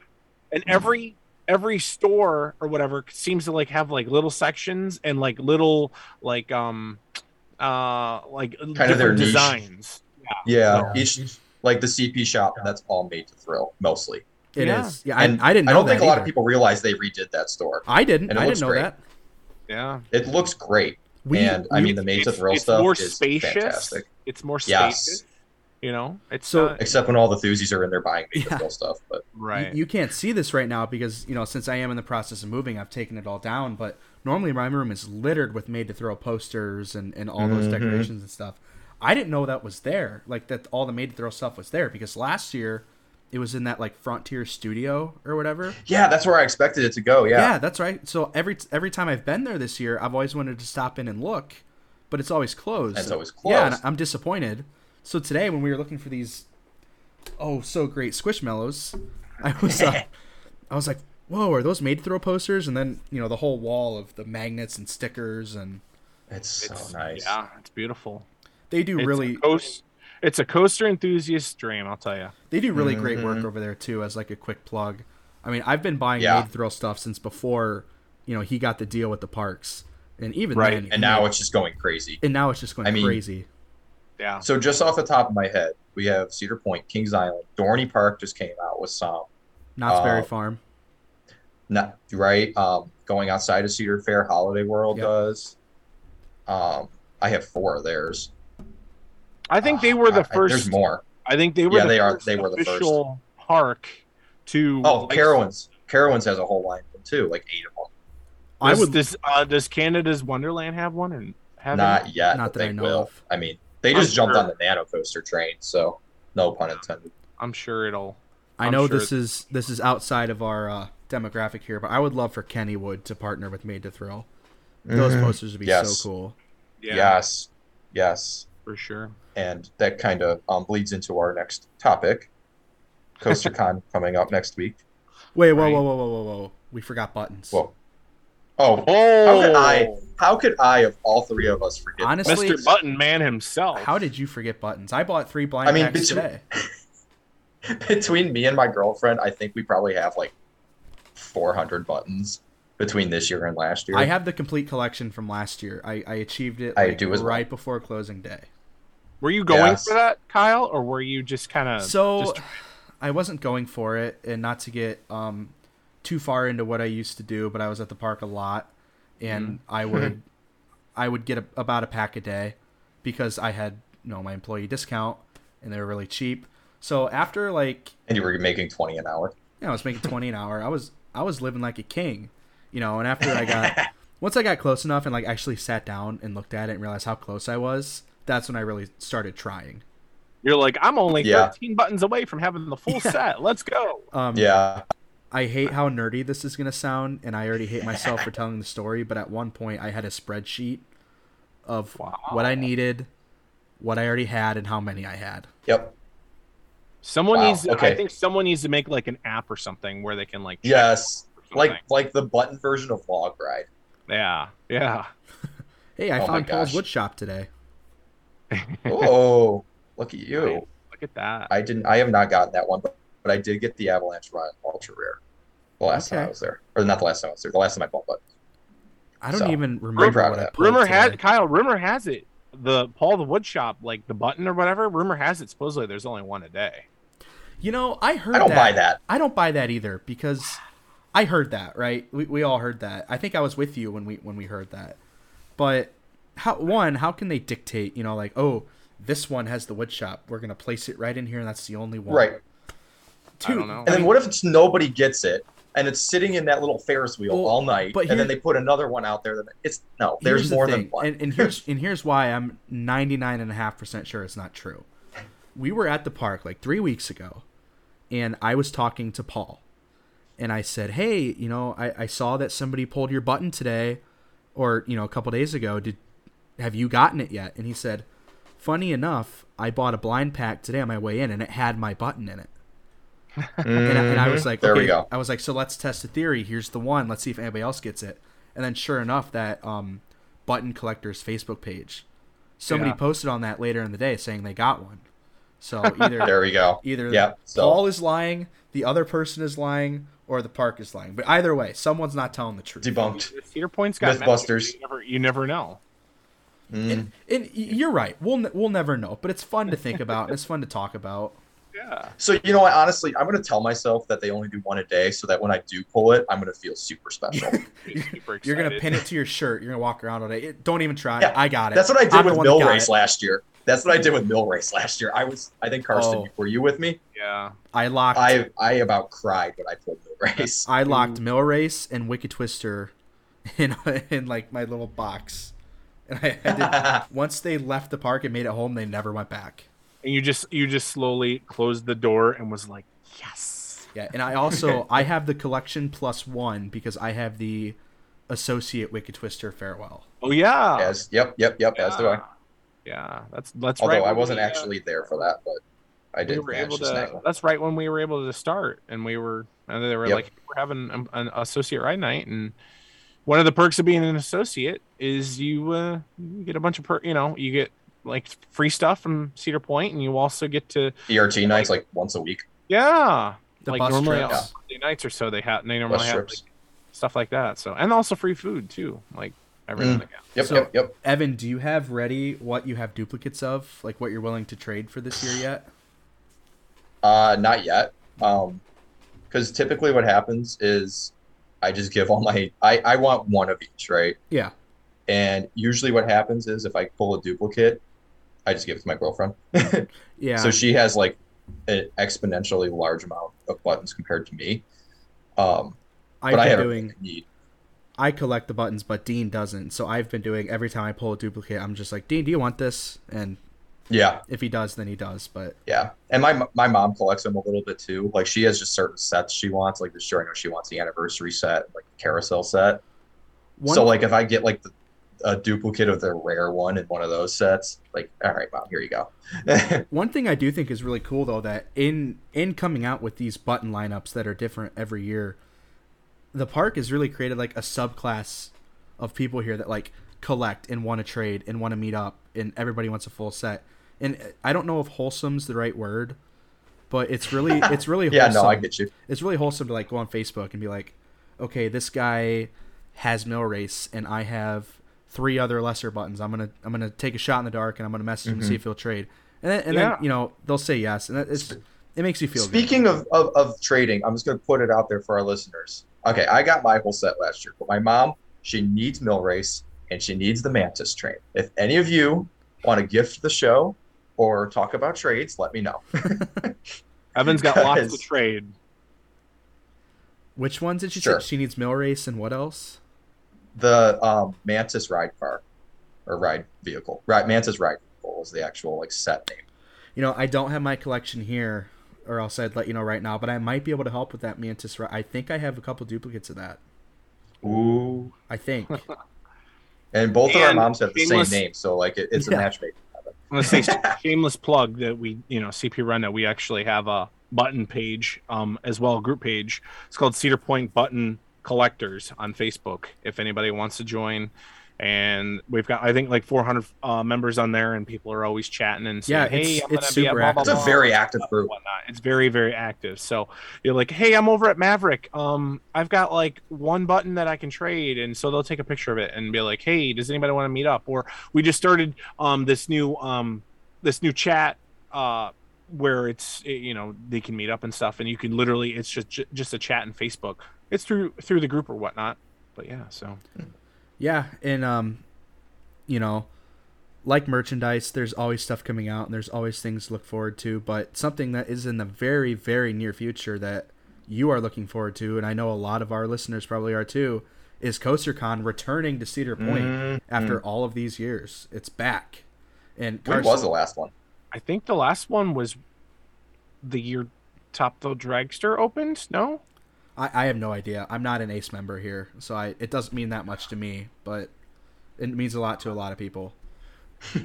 Speaker 4: And every every store or whatever seems to like have like little sections and like little like um uh like different
Speaker 3: their niche.
Speaker 4: designs.
Speaker 3: Yeah,
Speaker 2: Yeah.
Speaker 3: each like the CP shop, and that's all made to thrill mostly.
Speaker 2: It is.
Speaker 4: Yeah.
Speaker 2: yeah. I,
Speaker 3: And
Speaker 2: I didn't. Know
Speaker 3: I don't
Speaker 2: that
Speaker 3: think a lot of
Speaker 2: either.
Speaker 3: people realize they redid that store.
Speaker 2: I didn't.
Speaker 3: and it
Speaker 2: I didn't
Speaker 3: looks
Speaker 2: know
Speaker 3: great.
Speaker 2: that.
Speaker 4: Yeah.
Speaker 3: It looks great,
Speaker 2: We,
Speaker 3: and I
Speaker 2: we-
Speaker 3: mean the made to
Speaker 4: It's,
Speaker 3: thrill
Speaker 4: it's
Speaker 3: stuff
Speaker 4: more
Speaker 3: is
Speaker 4: spacious.
Speaker 3: fantastic.
Speaker 4: It's more
Speaker 3: Yes.
Speaker 4: spacious. You know, it's
Speaker 2: So-
Speaker 4: so
Speaker 3: Except when all the thuzies are in there buying made to
Speaker 2: Yeah.
Speaker 3: thrill stuff, but
Speaker 4: right.
Speaker 2: You, you can't see this right now because you know since I am in the process of moving, I've taken it all down. But normally my room is littered with made to throw posters and and all those
Speaker 3: Mhm.
Speaker 2: decorations and stuff. I didn't know that was there. Like that all the made to throw stuff was there because last year it was in that like Frontier Studio or whatever.
Speaker 3: yeah, that's where I expected it to go.
Speaker 2: Yeah,
Speaker 3: Yeah,
Speaker 2: that's right. So every every time I've been there this year, I've always wanted to stop in and look, but it's always closed.
Speaker 3: It's always
Speaker 2: Yeah, and
Speaker 3: closed.
Speaker 2: I'm disappointed. So today, when we were looking for these, oh, so great squishmallows, I was uh, I was like, whoa, are those made to throw posters? And then you know the whole wall of the magnets and stickers, and
Speaker 3: it's so
Speaker 4: It's-
Speaker 3: nice.
Speaker 4: Yeah, it's beautiful.
Speaker 2: they do
Speaker 4: It's
Speaker 2: really
Speaker 4: a coast, it's a coaster enthusiast dream, I'll tell you.
Speaker 2: they do really great
Speaker 3: Mhm.
Speaker 2: work over there too. As like a quick plug, I mean, I've been buying
Speaker 3: Yeah.
Speaker 2: made to throw stuff since before you know he got the deal with the parks, and even
Speaker 4: Right,
Speaker 2: then, he
Speaker 3: And now
Speaker 2: had-
Speaker 3: it's just going crazy.
Speaker 2: and now it's just going
Speaker 3: I mean-
Speaker 2: crazy.
Speaker 4: Yeah.
Speaker 3: So just off the top of my head, we have Cedar Point, Kings Island, Dorney Park just came out with some.
Speaker 2: Knott's Berry
Speaker 3: Uh,
Speaker 2: Farm.
Speaker 3: Not right. Um, going outside of Cedar Fair, Holiday World
Speaker 2: Yeah.
Speaker 3: does. Um, I have four of theirs.
Speaker 4: I think they
Speaker 3: Ah,
Speaker 4: were the
Speaker 3: I- I-
Speaker 4: first
Speaker 3: there's more.
Speaker 4: I think they were
Speaker 3: Yeah,
Speaker 4: the
Speaker 3: they are-
Speaker 4: first
Speaker 3: they were the first.
Speaker 4: official park to
Speaker 3: Oh,
Speaker 4: like,
Speaker 3: Carowinds. Carowinds has a whole line of them too, like eight of them.
Speaker 2: I
Speaker 4: does-
Speaker 2: would
Speaker 4: does uh, does Canada's Wonderland have one and have
Speaker 3: Not yet.
Speaker 2: Not
Speaker 3: Not
Speaker 2: that
Speaker 3: they
Speaker 2: I know
Speaker 3: will.
Speaker 2: of.
Speaker 3: I mean, they
Speaker 4: I'm
Speaker 3: just jumped
Speaker 4: sure.
Speaker 3: on the nano coaster train, so no pun intended.
Speaker 4: I'm sure it'll
Speaker 2: I
Speaker 4: I'm
Speaker 2: know
Speaker 4: sure
Speaker 2: this is this is outside of our uh, demographic here, but I would love for Kennywood to partner with Made to Thrill. Those
Speaker 3: Mhm.
Speaker 2: posters would be
Speaker 3: Yes.
Speaker 2: so cool.
Speaker 4: yeah,
Speaker 3: Yes. Yes.
Speaker 4: for sure.
Speaker 3: And that kind of um, bleeds into our next topic. CoasterCon coming up next week.
Speaker 2: Wait, whoa,
Speaker 4: Right.
Speaker 2: whoa, whoa, whoa, whoa, whoa! We forgot buttons.
Speaker 3: Whoa. Oh,
Speaker 4: Oh,
Speaker 3: could I- how could I, of all three of us, forget?
Speaker 2: Honestly,
Speaker 4: Mr. Button Man himself.
Speaker 2: how did you forget buttons? I bought three blind
Speaker 3: I mean,
Speaker 2: packs
Speaker 3: between-
Speaker 2: today.
Speaker 3: between me and my girlfriend, I think we probably have like 400 buttons between this year and last year.
Speaker 2: I have the complete collection from last year. I, I achieved it.
Speaker 3: I
Speaker 2: like,
Speaker 3: do as well.
Speaker 2: right before closing day.
Speaker 4: were you going
Speaker 3: Yes.
Speaker 4: for that, Kyle, or were you just kind of
Speaker 2: so
Speaker 4: just-
Speaker 2: I wasn't going for it, and not to get um, too far into what I used to do, but I was at the park a lot, and I would I would get a, about a pack a day because I had you know my employee discount, and they were really cheap. So after like
Speaker 3: and you were making 20 an hour.
Speaker 2: you know, I was making twenty an hour, I was I was living like a king, you know. And after I got once I got close enough and like actually sat down and looked at it and realized how close I was, that's when I really started trying.
Speaker 4: You're like, I'm only
Speaker 3: Yeah.
Speaker 4: 13 buttons away from having the full
Speaker 2: Yeah.
Speaker 4: set. Let's go.
Speaker 2: Um,
Speaker 3: Yeah.
Speaker 2: I hate how nerdy this is going to sound, and I already hate myself for telling the story, but at one point I had a spreadsheet of
Speaker 4: Wow.
Speaker 2: what I needed, what I already had, and how many I had.
Speaker 3: Yep.
Speaker 4: Someone
Speaker 3: Wow,
Speaker 4: needs. To, I
Speaker 3: okay.
Speaker 4: think someone needs to make like an app or something where they can like. check
Speaker 3: Yes.
Speaker 4: or something.
Speaker 3: Like like the button version of Log Ride.
Speaker 4: Yeah. Yeah.
Speaker 2: Hey, I
Speaker 3: Oh my
Speaker 2: found Paul's
Speaker 3: gosh.
Speaker 2: wood shop today.
Speaker 3: Oh, look at you.
Speaker 4: Look at that.
Speaker 3: I didn't. I have not gotten that one, but, but I did get the Avalanche Run Ultra Rare. The last time
Speaker 2: Okay.
Speaker 3: I was there, or not the last time I was there. The last time I bought buttons.
Speaker 2: I don't
Speaker 3: So,
Speaker 2: even
Speaker 3: I'm
Speaker 2: remember
Speaker 3: proud
Speaker 2: what
Speaker 3: of
Speaker 2: I
Speaker 3: that.
Speaker 2: pulled
Speaker 4: rumor
Speaker 2: today.
Speaker 4: had Kyle. Rumor has it the Paul the Woodshop like the button or whatever. Rumor has it supposedly there's only one a day.
Speaker 2: You know, I heard
Speaker 3: I don't
Speaker 2: that.
Speaker 3: buy that.
Speaker 2: I don't buy that either because I heard that, right? We, we all heard that. I think I was with you when we when we heard that. But how one, how can they dictate, you know, like, oh, This one has the wood shop. We're gonna place it right in here, and that's the only one.
Speaker 3: Right.
Speaker 4: I don't know.
Speaker 3: And then what if it's nobody gets it and it's sitting in that little Ferris wheel
Speaker 2: Well,
Speaker 3: all night
Speaker 2: but
Speaker 3: and
Speaker 2: here-
Speaker 3: then they put another one out there that it's no,
Speaker 2: here's
Speaker 3: there's
Speaker 2: the
Speaker 3: more
Speaker 2: thing,
Speaker 3: than one.
Speaker 2: And, and here's and here's why I'm 99.5% sure it's not true. We were at the park like three weeks ago, and I was talking to Paul, and I said, "Hey, you know, I, I saw that somebody pulled your button today, or you know, a couple days ago. Did have you gotten it yet?" And he said, "Funny enough, I bought a blind pack today on my way in, and it had my button in it." and, I, and I was like,
Speaker 3: Mm-hmm. There
Speaker 2: okay.
Speaker 3: we go.
Speaker 2: I was like, so let's test the theory. Here's the one. Let's see if anybody else gets it. And then, sure enough, that um, button collector's Facebook page, somebody
Speaker 4: Yeah.
Speaker 2: posted on that later in the day saying they got one. So either
Speaker 3: there we go.
Speaker 2: either
Speaker 3: Yeah. So
Speaker 2: Paul is lying, the other person is lying, or the park is lying. But either way, someone's not telling the truth.
Speaker 3: debunked.
Speaker 4: Cedar Point's got magic.
Speaker 3: Mythbusters.
Speaker 4: You never, you never know.
Speaker 2: And, and y- you're right. We'll ne- we'll never know. But it's fun to think about. and it's fun to talk about.
Speaker 4: Yeah.
Speaker 3: So you know what? Honestly, I'm gonna tell myself that they only do one a day, so that when I do pull it, I'm gonna feel super special.
Speaker 4: Be super
Speaker 2: You're gonna
Speaker 4: excited.
Speaker 2: pin it to your shirt. You're gonna walk around all day. It- Don't even try.
Speaker 3: Yeah,
Speaker 2: I got it.
Speaker 3: That's what I did
Speaker 2: I'm the
Speaker 3: with
Speaker 2: one that
Speaker 3: Mill
Speaker 2: got
Speaker 3: Race
Speaker 2: it.
Speaker 3: last year. That's what I did with Mill Race last year. I was, I think Karsten,
Speaker 2: Oh.
Speaker 3: were you with me?
Speaker 4: Yeah.
Speaker 2: I locked.
Speaker 3: I, Mm. I about cried when I pulled Mill Race.
Speaker 2: I locked Mill Race and Wicked Twister in in like my little box, and I, I did,
Speaker 4: Ah.
Speaker 2: once they left the park and made it home, they never went back.
Speaker 4: And you just you just slowly closed the door and was like, yes.
Speaker 2: Yeah, and I also I have the collection plus one because I have the associate Wicked Twister farewell.
Speaker 4: Oh yeah.
Speaker 3: As, yep, yep, yep. As do I.
Speaker 4: Yeah. Yeah. That's that's
Speaker 3: Although
Speaker 4: right.
Speaker 3: I
Speaker 4: when
Speaker 3: wasn't
Speaker 4: we, uh,
Speaker 3: actually there for that, but I
Speaker 4: we
Speaker 3: did
Speaker 4: were
Speaker 3: manage
Speaker 4: able
Speaker 3: to snag
Speaker 4: to.
Speaker 3: one.
Speaker 4: That's right when we were able to start, and we were, and they were
Speaker 3: Yep.
Speaker 4: like, we're having an, an associate ride night, and one of the perks of being an associate is you, uh, you get a bunch of per, you know, you get like free stuff from Cedar Point, and you also get to,
Speaker 3: ERT E nights like once a week.
Speaker 4: yeah,
Speaker 2: The
Speaker 4: like
Speaker 2: bus
Speaker 4: normally on
Speaker 2: trips.
Speaker 4: Monday nights or so they have, they normally
Speaker 3: Bus
Speaker 4: have
Speaker 3: trips.
Speaker 4: like, stuff like that. So, and also free food too, like every now
Speaker 3: Mm.
Speaker 4: and again.
Speaker 3: Yep,
Speaker 2: So-
Speaker 3: yep, yep.
Speaker 2: Evan, do you have ready what you have duplicates of, like what you're willing to trade for this year yet?
Speaker 3: Uh, not yet. Um, because typically what happens is I just give all my. I I want one of each, right?
Speaker 2: Yeah.
Speaker 3: And usually what happens is if I pull a duplicate, I just give it to my girlfriend.
Speaker 2: Yeah.
Speaker 3: So she has like an exponentially large amount of buttons compared to me. Um,
Speaker 2: I've
Speaker 3: but I
Speaker 2: been
Speaker 3: have
Speaker 2: doing.
Speaker 3: a need.
Speaker 2: I collect the buttons, but Dean doesn't. So I've been doing every time I pull a duplicate, I'm just like, Dean, do you want this? And
Speaker 3: Yeah,
Speaker 2: if he does, then he does. But
Speaker 3: yeah. And my my mom collects them a little bit too. Like she has just certain sets she wants. Like this year, I know she wants the anniversary set, like the carousel set.
Speaker 2: one,
Speaker 3: So like if I get like the, a duplicate of the rare one in one of those sets, like all right, mom, here you go.
Speaker 2: one thing I do think is really cool though that in in coming out with these button lineups that are different every year, the park has really created like a subclass of people here that like collect and want to trade and want to meet up and everybody wants a full set. And I don't know if wholesome's the right word, but it's really it's really
Speaker 3: yeah,
Speaker 2: wholesome.
Speaker 3: no, I get you.
Speaker 2: it's really wholesome to like go on Facebook and be like, okay, this guy has mill race and I have three other lesser buttons. I'm gonna I'm gonna take a shot in the dark and I'm gonna message him
Speaker 3: Mm-hmm.
Speaker 2: and see if he'll trade. And then, and
Speaker 4: Yeah.
Speaker 2: then you know they'll say yes and that- it's it makes you feel
Speaker 3: Speaking
Speaker 2: good.
Speaker 3: of, of of trading, I'm just gonna put it out there for our listeners. Okay, I got my whole set last year, but my mom, she needs mill race and she needs the mantis train. If any of you want to gift the show or talk about trades, let me know.
Speaker 4: Evan's got lots to
Speaker 3: Because-
Speaker 4: trade.
Speaker 2: which ones did she
Speaker 3: Sure.
Speaker 2: say? She needs mill race and what else?
Speaker 3: The um, mantis ride car or ride vehicle, right? Mantis ride vehicle was the actual like set name.
Speaker 2: You know I don't have my collection here, or else I'd let you know right now. But I might be able to help with that mantis. Ri- I think I have a couple duplicates of that.
Speaker 3: Ooh.
Speaker 2: I think.
Speaker 3: And both of our
Speaker 4: And
Speaker 3: moms have the
Speaker 4: shameless-
Speaker 3: same name, so like it, it's
Speaker 2: Yeah.
Speaker 3: a matchmaking.
Speaker 4: I'm gonna say shameless plug that we, you know, CP Renda, we actually have a button page, um, as well a group page. It's called Cedar Point Button Collectors on Facebook. If anybody wants to join, and we've got, I think, like 400 uh, members on there, and people are always chatting and saying,
Speaker 2: Yeah,
Speaker 4: "Hey,
Speaker 2: it's-
Speaker 4: I'm
Speaker 2: it's
Speaker 4: gonna be at
Speaker 2: super
Speaker 4: blah, blah,
Speaker 3: It's a
Speaker 4: blah,"
Speaker 3: very active
Speaker 4: and
Speaker 3: group.
Speaker 4: whatnot. It's very, very active. So you're like, "Hey, I'm over at Maverick. Um, I've got like one button that I can trade," and so they'll take a picture of it and be like, "Hey, does anybody want to meet up?" Or we just started um this new um this new chat uh where it's eh, you know they can meet up and stuff and you can literally it's just ju- just a chat in facebook it's through through the group or whatnot but yeah so
Speaker 2: Yeah, and um, you know, like merchandise, there's always stuff coming out and there's always things to look forward to. But something that is in the very, very near future that you are looking forward to, and I know a lot of our listeners probably are too, is CoasterCon returning to Cedar Point
Speaker 3: Mhm.
Speaker 2: after all of these years. It's back. And
Speaker 3: When was the last one?
Speaker 4: I think the last one was the year Topville Dragster opened. No,
Speaker 2: I, I have no idea. I'm not an ace member here, so I it doesn't mean that much to me, but it means a lot to a lot of people.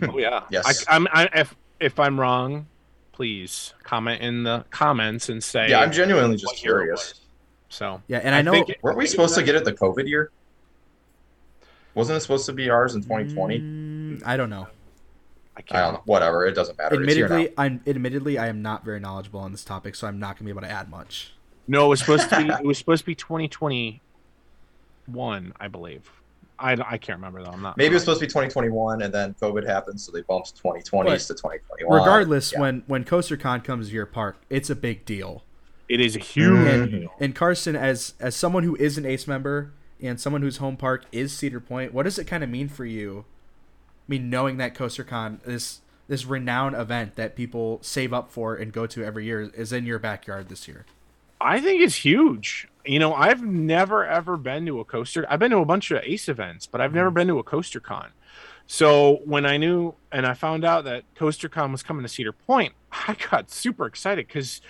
Speaker 4: oh yeah.
Speaker 3: Yes.
Speaker 4: I, I'm. I, if if I'm wrong, please comment in the comments and say.
Speaker 3: Yeah, I'm genuinely
Speaker 4: what
Speaker 3: just
Speaker 4: year it
Speaker 3: curious.
Speaker 4: was. So.
Speaker 2: Yeah, and I, know
Speaker 4: think it-
Speaker 3: Weren't we supposed to get it the COVID year? Wasn't it supposed to be ours in 2020?
Speaker 2: Mm, I don't know.
Speaker 4: I
Speaker 3: I don't know. Whatever. It doesn't matter. It's here now.
Speaker 2: Admittedly, I'm admittedly I am not very knowledgeable on this topic, so I'm not gonna be able to add much.
Speaker 4: No, it was supposed to be. It was supposed to be 2021, I believe. I, I can't remember though. I'm not.
Speaker 3: Maybe it was supposed to be 2021, and then COVID happened, so they bumped 2020s
Speaker 2: But
Speaker 3: to 2021.
Speaker 2: Regardless,
Speaker 3: uh, yeah.
Speaker 2: when when CoasterCon comes to your park, it's a big deal.
Speaker 4: It is a huge.
Speaker 2: And-
Speaker 4: deal.
Speaker 3: Mm-hmm.
Speaker 2: And Carson, as as someone who is an ace member and someone whose home park is Cedar Point, what does it kind of mean for you? I mean, knowing that CoasterCon, this this renowned event that people save up for and go to every year, is in your backyard this year.
Speaker 4: I think it's huge. You know, I've never ever been to a coaster. I've been to a bunch of Ace events, but I've never been to a coaster con. So when I knew and I found out that Coaster Con was coming to Cedar Point, I got super excited because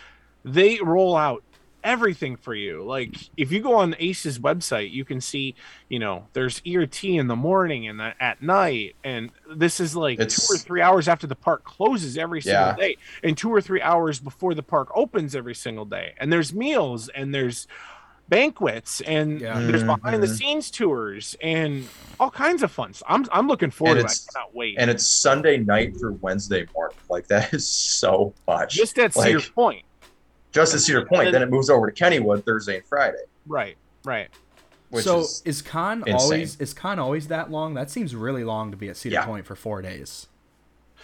Speaker 4: they roll out everything for you. Like if you go on Ace's website, you can see, you know, there's ERT in the morning and the, at night, and this is like
Speaker 3: It's-
Speaker 4: two or three hours after the park closes every single
Speaker 3: Yeah.
Speaker 4: day, and two or three hours before the park opens every single day. And there's meals and there's banquets and
Speaker 2: Yeah.
Speaker 4: there's behind the
Speaker 3: Mhm.
Speaker 4: scenes tours and all kinds of fun. So I'm I'm looking forward
Speaker 3: And
Speaker 4: to it.
Speaker 3: it's-
Speaker 4: I cannot wait.
Speaker 3: and it's Sunday night through Wednesday morning. Like that is so much.
Speaker 4: just at Cedar
Speaker 3: like-
Speaker 4: Point.
Speaker 3: Just to see your point,
Speaker 4: And
Speaker 3: then it moves over to Kennywood Thursday and Friday,
Speaker 4: Right, right.
Speaker 3: which
Speaker 2: so
Speaker 3: is
Speaker 2: is con
Speaker 3: insane.
Speaker 2: always is con always that long? That seems really long to be at Cedar
Speaker 3: Yeah.
Speaker 2: Point for four days.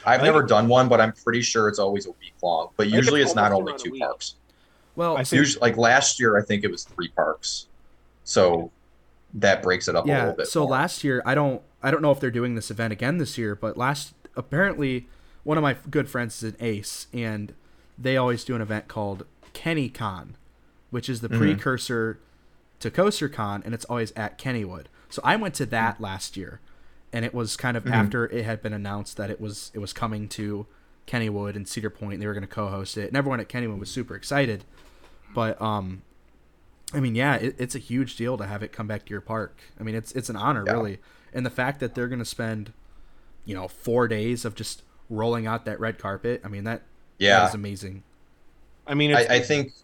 Speaker 3: I've
Speaker 4: I
Speaker 3: never
Speaker 4: think-
Speaker 3: done one, but I'm pretty sure it's always a week long. But
Speaker 4: think
Speaker 3: usually
Speaker 4: it's
Speaker 3: it's not
Speaker 4: almost
Speaker 3: only
Speaker 4: around a
Speaker 3: two
Speaker 4: week.
Speaker 3: parks.
Speaker 2: Well,
Speaker 4: I think-
Speaker 3: Usually, like last year, I think it was three parks. So that breaks it up a
Speaker 2: yeah.
Speaker 3: little bit.
Speaker 2: So
Speaker 3: more.
Speaker 2: last year, I don't I don't know if they're doing this event again this year, but last apparently one of my good friends is an ace, and they always do an event called KennyCon, which is the
Speaker 3: Mm-hmm.
Speaker 2: precursor to CoasterCon, and it's always at Kennywood. So I went to
Speaker 3: Mm.
Speaker 2: that last year, and it was kind of
Speaker 3: Mm-hmm.
Speaker 2: after it had been announced that it was it was coming to Kennywood and Cedar Point. and They were going to co-host it, and everyone at Kennywood was super excited. But um, I mean, yeah, it, it's a huge deal to have it come back to your park. I mean, it's it's an honor,
Speaker 3: Yeah.
Speaker 2: really. And the fact that they're going to spend, you know, four days of just rolling out that red carpet. I mean, that
Speaker 3: yeah,
Speaker 2: that is amazing.
Speaker 4: I mean, it's,
Speaker 3: I, I think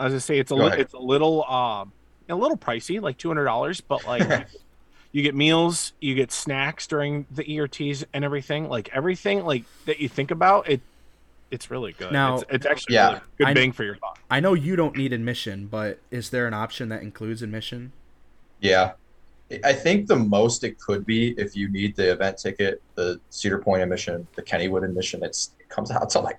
Speaker 4: as I say, it's a
Speaker 3: Go
Speaker 4: li-
Speaker 3: ahead.
Speaker 4: it's a little um a little pricey, like two hundred dollars, but like you get meals, you get snacks during the ERTs and everything, like everything like that you think about it. It's really good.
Speaker 2: Now-
Speaker 4: it's, it's actually
Speaker 3: Yeah.
Speaker 4: really good
Speaker 2: I-
Speaker 4: bang for your buck.
Speaker 2: I know you don't need admission, but is there an option that includes admission?
Speaker 3: Yeah. I think the most it could be if you need the event ticket, the Cedar Point admission, the Kennywood admission, it's it comes out to like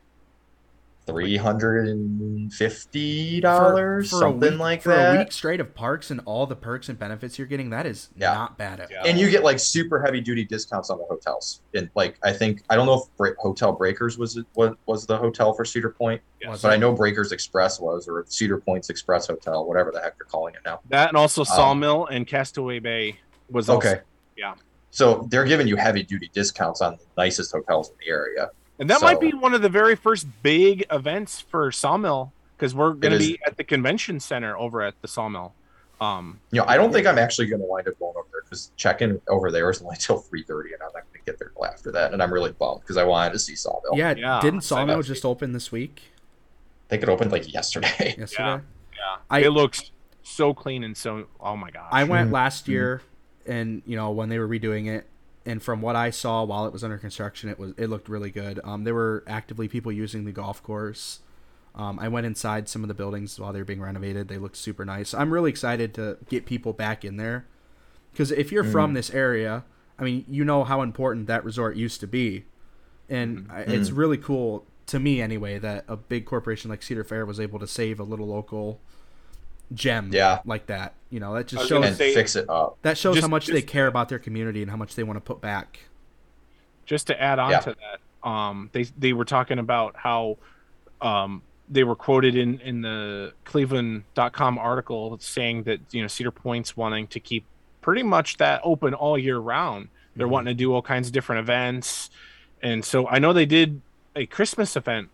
Speaker 3: three hundred and fifty dollars,
Speaker 2: For- for a
Speaker 3: something
Speaker 2: week-
Speaker 3: like
Speaker 2: for a
Speaker 3: that.
Speaker 2: week straight of parks and all the perks and benefits you're getting. That is
Speaker 3: Yeah.
Speaker 2: not bad at
Speaker 4: Yeah.
Speaker 2: all.
Speaker 3: And you get like super heavy duty discounts on the hotels. And like I think I don't know if Bre- Hotel Breakers was it was, was the hotel for Cedar Point,
Speaker 4: Yes.
Speaker 3: but I know Breakers Express was or Cedar Point's Express Hotel, whatever the heck they're calling it now.
Speaker 4: That and also Sawmill and Castaway Bay was also,
Speaker 3: Um, Okay.
Speaker 4: yeah.
Speaker 3: So they're giving you heavy duty discounts on the nicest hotels in the area.
Speaker 4: and that might
Speaker 3: So-
Speaker 4: be one of the very first big events for Sawmill because we're going to
Speaker 3: is.
Speaker 4: be at the convention center over at the Sawmill. Um,
Speaker 3: You know, I don't think I'm actually going to wind up going over there because check-in over there is only till 3:30, and I'm not going to get there till after that. And I'm really bummed because I wanted to see Sawmill.
Speaker 2: Yeah,
Speaker 4: Yeah.
Speaker 2: didn't
Speaker 4: So
Speaker 2: Sawmill
Speaker 3: that's-
Speaker 2: just open this week?
Speaker 3: they could open like yesterday.
Speaker 2: Yesterday,
Speaker 4: yeah,
Speaker 2: I-
Speaker 4: it looks so clean and so. Oh my gosh!
Speaker 2: I went
Speaker 3: Mhm.
Speaker 2: last year, and you know when they were redoing it, and from what I saw while it was under construction, it was it looked really good. Um, there were actively people using the golf course. Um, I went inside some of the buildings while they were being renovated. They looked super nice. I'm really excited to get people back in there because if you're from this area, I mean, you know how important that resort used to be, and I it's really cool to me anyway that a big corporation like Cedar Fair was able to save a little local gem
Speaker 3: Yeah.
Speaker 2: like that. You know, that
Speaker 4: I
Speaker 2: just
Speaker 4: was gonna
Speaker 2: shows
Speaker 3: and
Speaker 4: say-
Speaker 3: fix it up.
Speaker 2: that shows
Speaker 4: Just-
Speaker 2: how much they
Speaker 4: just-
Speaker 2: care about their community and how much they want to put back.
Speaker 4: just to add on
Speaker 3: Yeah.
Speaker 4: to that, um, they they were talking about how um, they were quoted in in the Cleveland.com article saying that you know Cedar Point's wanting to keep pretty much that open all year round. They're
Speaker 2: Mhm.
Speaker 4: wanting to do all kinds of different events, and so I know they did a Christmas event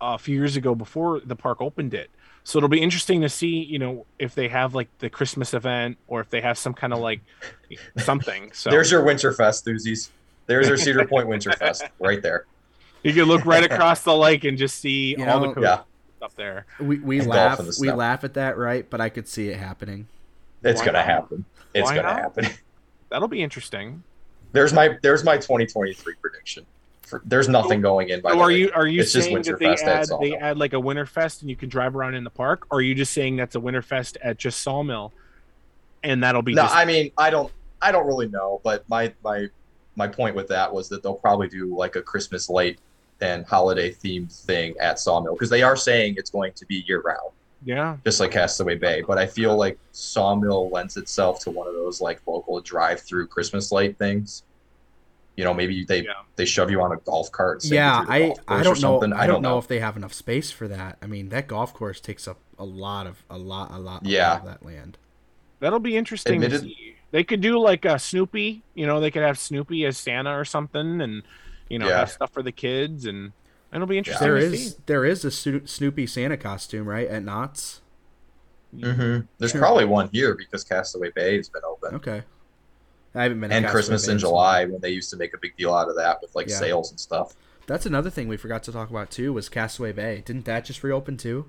Speaker 4: a few years ago before the park opened it. So it'll be interesting to see, you know, if they have like the Christmas event or if they have some kind of like something. So
Speaker 3: There's your Winterfest, Thuzies. There's your Cedar Point Winterfest right there.
Speaker 4: You can look right across the lake and just see
Speaker 2: You
Speaker 4: all
Speaker 2: know-
Speaker 4: the coast
Speaker 3: Yeah,
Speaker 4: up there.
Speaker 2: We we
Speaker 3: And
Speaker 2: laugh
Speaker 3: dolphins,
Speaker 2: we
Speaker 3: no.
Speaker 2: laugh at that, right? But I could see it happening.
Speaker 3: it's
Speaker 4: Why
Speaker 3: gonna
Speaker 4: not?
Speaker 3: happen. It's
Speaker 4: Why
Speaker 3: gonna
Speaker 4: not?
Speaker 3: happen.
Speaker 4: That'll be interesting.
Speaker 3: There's my there's my 2023 prediction. For, there's nothing going in by
Speaker 4: So
Speaker 3: the
Speaker 4: are
Speaker 3: way.
Speaker 4: you are you
Speaker 3: It's just
Speaker 4: saying that they
Speaker 3: Winterfest at
Speaker 4: add they
Speaker 3: Sawmill.
Speaker 4: add like a Winterfest and you can drive around in the park? Or are you just saying that's a Winterfest at just Sawmill, and that'll be
Speaker 3: No,
Speaker 4: just
Speaker 3: I mean I don't I don't really know, but my my my point with that was that they'll probably do like a Christmas light and holiday themed thing at Sawmill because they are saying it's going to be year round,
Speaker 4: yeah
Speaker 3: just like Castaway Bay. But I feel like Sawmill lends itself to one of those like local drive through Christmas light things. You know, maybe they
Speaker 4: Yeah.
Speaker 3: they shove you on a golf cart. and send you
Speaker 2: yeah,
Speaker 3: through the
Speaker 2: I
Speaker 3: golf course
Speaker 2: I
Speaker 3: or
Speaker 2: don't know
Speaker 3: something.
Speaker 2: I don't know if they have enough space for that. I mean, that golf course takes up a lot of a lot a lot, a lot
Speaker 3: Yeah.
Speaker 2: of that land.
Speaker 4: that'll be interesting. to
Speaker 3: Admitted-
Speaker 4: see. They could do like a Snoopy. You know, they could have Snoopy as Santa or something, and you know
Speaker 3: Yeah.
Speaker 4: have stuff for the kids, and it'll be interesting.
Speaker 2: There
Speaker 4: to
Speaker 2: is
Speaker 4: see.
Speaker 2: there is a Sno- Snoopy Santa costume, right? At Knott's.
Speaker 3: Mhm. There's probably one here because Castaway Bay has been open.
Speaker 2: Okay. I haven't been. to
Speaker 3: And
Speaker 2: Castaway
Speaker 3: Christmas
Speaker 2: Bay
Speaker 3: in
Speaker 2: so-
Speaker 3: July when they used to make a big deal out of that with like
Speaker 2: Yeah.
Speaker 3: sales and stuff.
Speaker 2: That's another thing we forgot to talk about too was Castaway Bay. Didn't that just reopen too?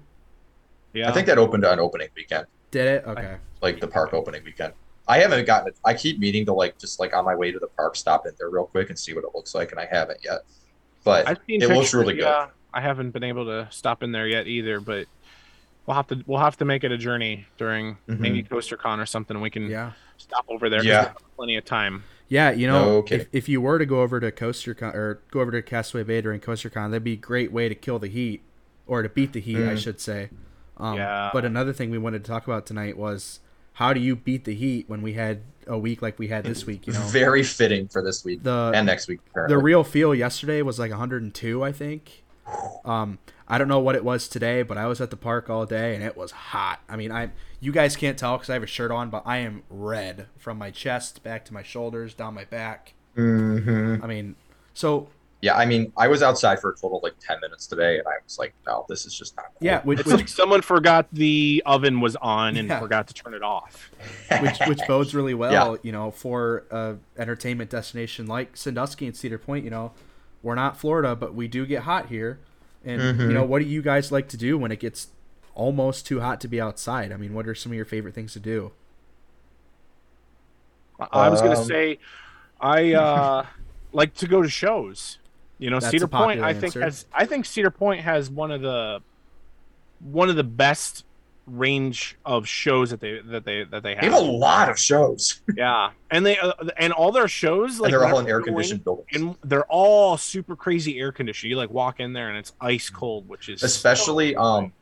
Speaker 4: Yeah,
Speaker 3: I think that opened on opening weekend,
Speaker 2: Did it? Okay.
Speaker 3: like the park opening weekend. I haven't gotten it. I keep meaning to like just like on my way to the park, stop in there real quick and see what it looks like, and I haven't yet. But
Speaker 4: I've seen
Speaker 3: it looks
Speaker 4: pictures,
Speaker 3: really good.
Speaker 4: yeah. I haven't been able to stop in there yet either, but we'll have to we'll have to make it a journey during
Speaker 3: Mhm.
Speaker 4: maybe CoasterCon or something. We can
Speaker 2: Yeah.
Speaker 4: stop over there. 'cause
Speaker 3: Yeah.
Speaker 4: we have plenty of time.
Speaker 2: Yeah, you know,
Speaker 3: No kidding.
Speaker 2: if, if you were to go over to CoasterCon or go over to Castaway Bay during CoasterCon, that'd be a great way to kill the heat or to beat the heat, I
Speaker 3: Mm.
Speaker 2: should say. Um,
Speaker 4: Yeah.
Speaker 2: But another thing we wanted to talk about tonight was how do you beat the heat when we had a week like we had this week? You know,
Speaker 3: Very fitting for this week
Speaker 2: the
Speaker 3: and next week.
Speaker 2: the
Speaker 3: Apparently.
Speaker 2: real feel yesterday was like 102, I think. Um, I don't know what it was today, but I was at the park all day and it was hot. I mean, I you guys can't tell because I have a shirt on, but I am red from my chest back to my shoulders, down my back.
Speaker 3: Mhm.
Speaker 2: I mean, so
Speaker 3: Yeah, I mean, I was outside for a total of like ten minutes today, and I was like, "No, this is just not." cool.
Speaker 2: yeah, which
Speaker 4: It's
Speaker 2: which,
Speaker 4: like someone forgot the oven was on and
Speaker 2: Yeah.
Speaker 4: forgot to turn it off.
Speaker 2: which which bodes really well, you know, for a entertainment destination like Sandusky and Cedar Point. You know, we're not Florida, but we do get hot here, and you
Speaker 3: Mhm.
Speaker 2: know, what do you guys like to do when it gets almost too hot to be outside? I mean, what are some of your favorite things to do?
Speaker 4: I- I was gonna
Speaker 3: Um,
Speaker 4: say, I uh, like to go to shows. You know,
Speaker 2: That's
Speaker 4: Cedar
Speaker 2: a popular
Speaker 4: Point. I think
Speaker 2: answer.
Speaker 4: has. I think Cedar Point has one of the one of the best range of shows that they that they that they
Speaker 3: They have a
Speaker 4: have.
Speaker 3: lot of shows,
Speaker 4: yeah, and they uh, and all their shows like
Speaker 3: and they're all in
Speaker 4: whenever
Speaker 3: air
Speaker 4: you go
Speaker 3: conditioned buildings.
Speaker 4: and they're all super crazy air conditioned. You like walk in there and it's ice cold, which is
Speaker 3: Mm-hmm. especially um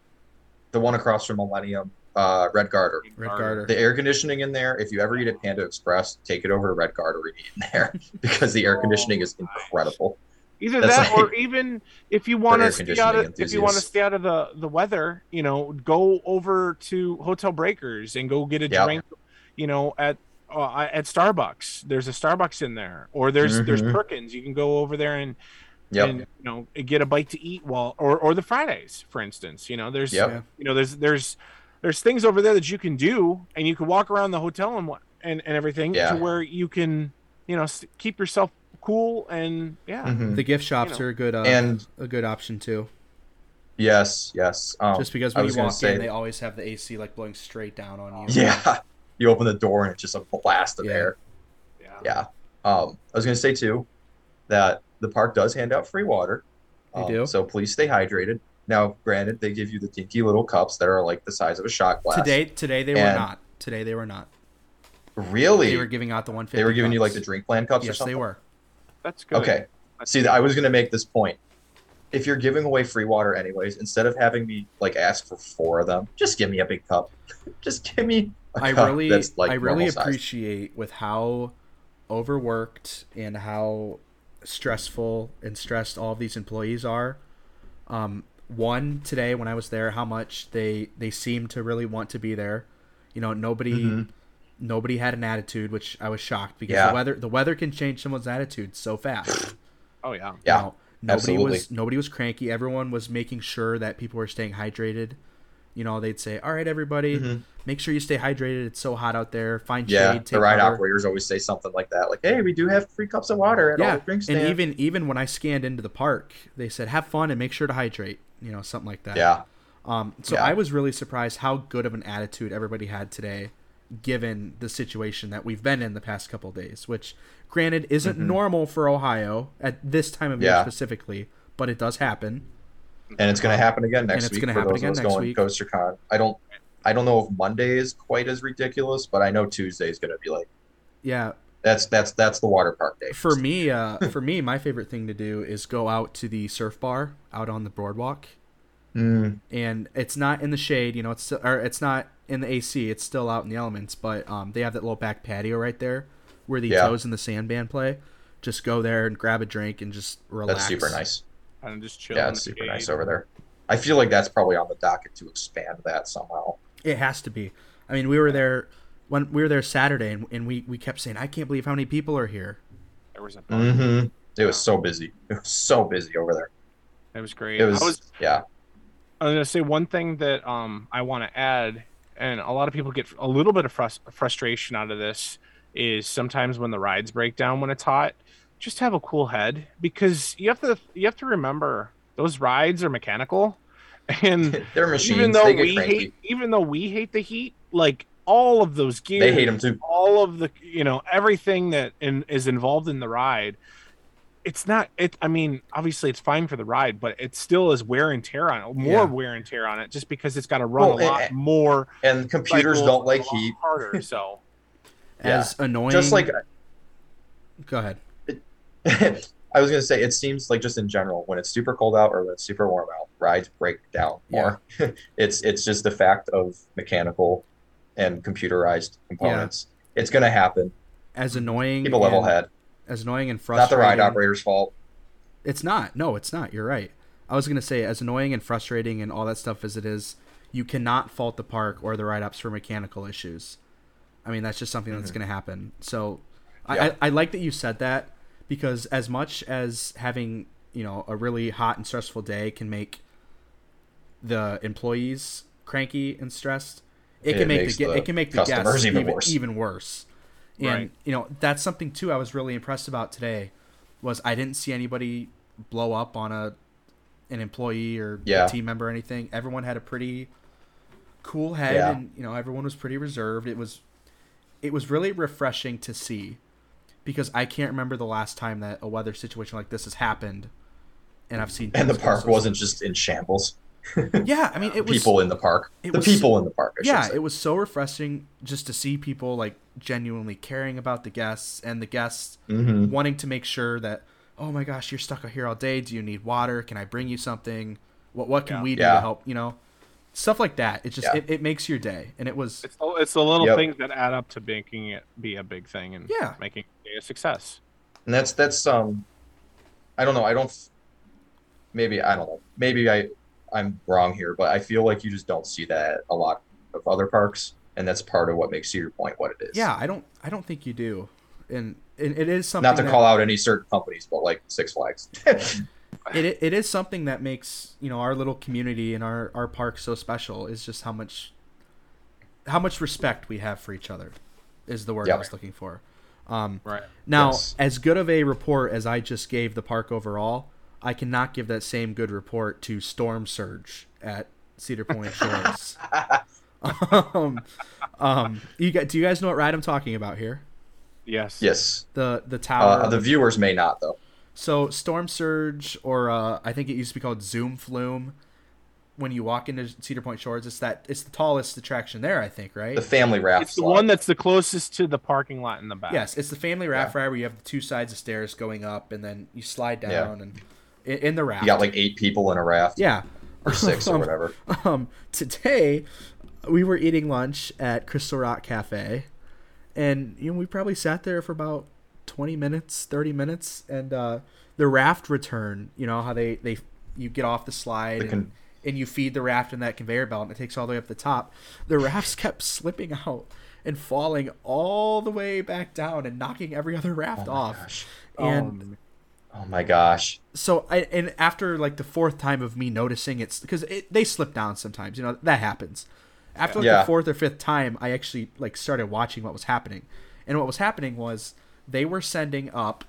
Speaker 3: the one across from Millennium, uh, Red Garter.
Speaker 2: Red Garter.
Speaker 3: The air conditioning in there. If you ever eat at Panda Express, take it over to Red Garter and eat in there because the air conditioning is incredible.
Speaker 4: Either
Speaker 3: That's
Speaker 4: that, or
Speaker 3: like-
Speaker 4: even if you want
Speaker 3: For
Speaker 4: to
Speaker 3: air
Speaker 4: stay out of,
Speaker 3: conditioning
Speaker 4: if you want to
Speaker 3: enthusiasts.
Speaker 4: stay out of the the weather, you know, go over to Hotel Breakers and go get a
Speaker 3: Yep.
Speaker 4: drink. You know, at uh, at Starbucks, there's a Starbucks in there, or there's there's
Speaker 3: Mhm.
Speaker 4: Perkins. You can go over there and
Speaker 3: Yep.
Speaker 4: and you know get a bite to eat while or or the Fridays, for instance. You know, there's
Speaker 3: Yep.
Speaker 2: Yeah.
Speaker 4: you know there's there's there's things over there that you can do and you can walk around the hotel and wha- and, and everything
Speaker 3: Yeah.
Speaker 4: to where you can you know s- keep yourself cool and yeah
Speaker 3: Mhm.
Speaker 2: The gift shops
Speaker 4: know.
Speaker 2: are a good uh,
Speaker 3: And
Speaker 2: a good option too,
Speaker 3: yes, yes. Um,
Speaker 2: just because
Speaker 3: I
Speaker 2: when you
Speaker 3: was gonna
Speaker 2: walk
Speaker 3: say-
Speaker 2: in, they always have the AC like blowing straight down on you.
Speaker 3: yeah, you open the door and it's just a blast of
Speaker 2: Yeah.
Speaker 3: air.
Speaker 4: yeah,
Speaker 3: Mm-hmm. Yeah. Um, I was going to say too that the park does hand out free water.
Speaker 2: They
Speaker 3: Um,
Speaker 2: do.
Speaker 3: So please stay hydrated. Now, granted, they give you the dinky little cups that are like the size of a shot glass.
Speaker 2: Today, today they were
Speaker 3: And-
Speaker 2: not. Today they were not.
Speaker 3: really?
Speaker 2: They were giving out the 150.
Speaker 3: They were giving you like
Speaker 2: cups.
Speaker 3: the drink plan cups or
Speaker 2: Yes,
Speaker 3: something.
Speaker 2: they were.
Speaker 4: that's good
Speaker 3: Okay.
Speaker 4: That's
Speaker 3: See, I was going to make this point. If you're giving away free water anyways, instead of having me like ask for four of them, just give me a big cup. just give me a
Speaker 2: I
Speaker 3: cup
Speaker 2: really,
Speaker 3: that's like
Speaker 2: I really
Speaker 3: normal size.
Speaker 2: appreciate with how overworked and how stressful and stressed all of these employees are. Um, one today when I was there, how much they they seemed to really want to be there. You know, nobody
Speaker 4: Mhm.
Speaker 2: nobody had an attitude, which I was shocked because
Speaker 3: Mm-hmm. Yeah.
Speaker 2: the weather the weather can change someone's attitude so fast.
Speaker 4: Oh yeah.
Speaker 3: Yeah,
Speaker 2: know, nobody
Speaker 3: absolutely.
Speaker 2: was nobody was cranky. Everyone was making sure that people were staying hydrated. You know, they'd say, "All right, everybody, make sure you stay hydrated. It's so hot out there. Find
Speaker 3: Mm-hmm. Yeah,
Speaker 2: shade,
Speaker 3: the
Speaker 2: take
Speaker 3: ride
Speaker 2: cover."
Speaker 3: operators always say something like that, like, "Hey, we do have free cups of water at all
Speaker 2: yeah,
Speaker 3: the drink
Speaker 2: and
Speaker 3: stands."
Speaker 2: even even when I scanned into the park, they said, "Have fun and make sure to hydrate." You know, something like that.
Speaker 3: yeah,
Speaker 2: Um. So
Speaker 3: Yeah.
Speaker 2: I was really surprised how good of an attitude everybody had today, given the situation that we've been in the past couple of days, which, granted, isn't normal for Ohio at this time of year
Speaker 3: Mm-hmm. Yeah.
Speaker 2: specifically, but it does happen.
Speaker 3: and it's going to happen again next
Speaker 2: it's
Speaker 3: week
Speaker 2: gonna
Speaker 3: for
Speaker 2: happen
Speaker 3: those
Speaker 2: again
Speaker 3: of us
Speaker 2: next
Speaker 3: going
Speaker 2: week.
Speaker 3: Coaster Con. I don't, I don't know if Monday is quite as ridiculous, but I know Tuesday is going to be like
Speaker 2: Yeah.
Speaker 3: that's that's that's the water park day
Speaker 2: For me, uh, for me, my favorite thing to do is go out to the surf bar out on the boardwalk,
Speaker 3: Mm,
Speaker 2: and it's not in the shade, you know, it's or it's not in the AC, it's still out in the elements, but um, they have that little back patio right there where the
Speaker 3: Yeah.
Speaker 2: toes and the sand band play. Just go there and grab a drink and just relax.
Speaker 3: that's super nice.
Speaker 4: Kind of just chill.
Speaker 3: Yeah,
Speaker 4: in
Speaker 3: it's
Speaker 4: the
Speaker 3: super
Speaker 4: shade.
Speaker 3: nice over there. I feel like that's probably on the docket to expand that somehow.
Speaker 2: It has to be. I mean, we were there when we were there Saturday, and, and we we kept saying, "I can't believe how many people are here."
Speaker 4: There was a bar.
Speaker 3: Mm-hmm. It was so busy. It was so busy over there.
Speaker 4: It was great.
Speaker 3: It was,
Speaker 4: I was
Speaker 3: yeah.
Speaker 4: I was gonna say one thing that um I want to add, and a lot of people get a little bit of frus- frustration out of this is sometimes when the rides break down when it's hot, just have a cool head because you have to you have to remember those rides are mechanical, and
Speaker 3: They're machines.
Speaker 4: even though
Speaker 3: they get
Speaker 4: we
Speaker 3: cranky.
Speaker 4: hate even though we hate the heat, like all of those gears,
Speaker 3: they hate them too.
Speaker 4: all of the you know everything that in, is involved in the ride it's not it i mean obviously it's fine for the ride but it still is wear and tear on it more
Speaker 2: Yeah.
Speaker 4: wear and tear on it just because it's got to run
Speaker 3: Well,
Speaker 4: a lot
Speaker 3: and-
Speaker 4: more
Speaker 3: And computers
Speaker 4: cycles,
Speaker 3: don't like
Speaker 4: a lot
Speaker 3: heat.
Speaker 4: harder so
Speaker 3: Yeah.
Speaker 2: As annoying,
Speaker 3: Just like
Speaker 2: go ahead.
Speaker 3: I was gonna say, it seems like just in general, when it's super cold out or when it's super warm out, rides break down more. it's it's just the fact of mechanical and computerized components. It's gonna happen.
Speaker 2: As annoying,
Speaker 3: Keep a level
Speaker 2: and-
Speaker 3: head.
Speaker 2: As annoying and
Speaker 3: Not the
Speaker 2: frustrating.
Speaker 3: ride operator's fault.
Speaker 2: It's not. No, it's not. You're right. I was gonna say, as annoying and frustrating and all that stuff as it is, you cannot fault the park or the write ups for mechanical issues. I mean, that's just something that's gonna happen. So, I,
Speaker 3: Mm-hmm. Yeah.
Speaker 2: I I like that you said that because as much as having you know a really hot and stressful day can make the employees cranky and stressed, it,
Speaker 3: It
Speaker 2: can make the,
Speaker 3: makes
Speaker 2: ge-
Speaker 3: the
Speaker 2: it can make the guests
Speaker 3: customers even
Speaker 2: even
Speaker 3: worse.
Speaker 2: even worse. And
Speaker 4: Right.
Speaker 2: you know that's something too I was really impressed about today was I didn't see anybody blow up on a an employee or
Speaker 3: Yeah.
Speaker 2: a team member or anything. Everyone had a pretty cool head
Speaker 3: Yeah.
Speaker 2: and you know everyone was pretty reserved. It was it was really refreshing to see because I can't remember the last time that a weather situation like this has happened and I've seen
Speaker 3: And the
Speaker 2: things go
Speaker 3: park
Speaker 2: so-
Speaker 3: wasn't just in shambles.
Speaker 2: Yeah, I mean it was
Speaker 3: people in the park.
Speaker 2: it
Speaker 3: the
Speaker 2: was-
Speaker 3: people in the park. I should
Speaker 2: yeah,
Speaker 3: say.
Speaker 2: it was so refreshing just to see people like genuinely caring about the guests and the guests
Speaker 3: Mhm.
Speaker 2: wanting to make sure that oh my gosh, you're stuck out here all day. Do you need water? Can I bring you something? What what can
Speaker 4: Yeah.
Speaker 2: we do to
Speaker 3: Yeah.
Speaker 2: help? You know, stuff like that. It just
Speaker 3: Yeah.
Speaker 2: it, it makes your day, and it was
Speaker 4: it's the, it's the little
Speaker 3: Yep.
Speaker 4: things that add up to making it be a big thing and
Speaker 2: Yeah.
Speaker 4: making it a success
Speaker 3: and that's that's um i don't know i don't f- maybe i don't know maybe i i'm wrong here but i feel like you just don't see that at a lot of other parks and that's part of what makes cedar point what it is
Speaker 2: yeah. I don't I don't think you do, and and it is something
Speaker 3: not to
Speaker 2: that-
Speaker 3: call out any certain companies but like six flags
Speaker 2: it, it is something that makes you know our little community and our our park so special is just how much how much respect we have for each other is the word I
Speaker 3: Yeah.
Speaker 2: was looking for. Um,
Speaker 4: right
Speaker 2: now,
Speaker 3: Yes.
Speaker 2: as good of a report as I just gave the park overall, I cannot give that same good report to Storm Surge at Cedar Point Shores. um, um, you got, do you guys know what ride I'm talking about here?
Speaker 4: yes
Speaker 3: yes
Speaker 2: The the tower.
Speaker 3: uh, the viewers may not though
Speaker 2: So storm surge, or uh, I think it used to be called Zoom Flume. When you walk into Cedar Point Shores, it's that it's the tallest attraction there, I think, right?
Speaker 3: the family raft
Speaker 4: it's the
Speaker 3: slide.
Speaker 4: one that's the closest to the parking lot in the back
Speaker 2: yes, it's the family raft ride where you have the two sides of stairs going up, and then you slide down
Speaker 3: Yeah.
Speaker 2: and in, in the raft.
Speaker 3: you got like eight people in a raft
Speaker 2: yeah,
Speaker 3: or six or whatever
Speaker 2: Um, today, we were eating lunch at Crystal Rock Cafe, and you know we probably sat there for about 20 minutes, 30 minutes, and uh, the raft return. You know how they they you get off the slide
Speaker 3: The
Speaker 2: and,
Speaker 3: con-
Speaker 2: and you feed the raft in that conveyor belt, and it takes all the way up the top. The rafts kept slipping out and falling all the way back down and knocking every other raft off.
Speaker 3: Gosh.
Speaker 2: And
Speaker 4: Um,
Speaker 3: Oh my gosh.
Speaker 2: so I and after like the fourth time of me noticing it's because it, they slip down sometimes, you know that happens. After like,
Speaker 3: Yeah.
Speaker 2: the fourth or fifth time, I actually like started watching what was happening, and what was happening was they were sending up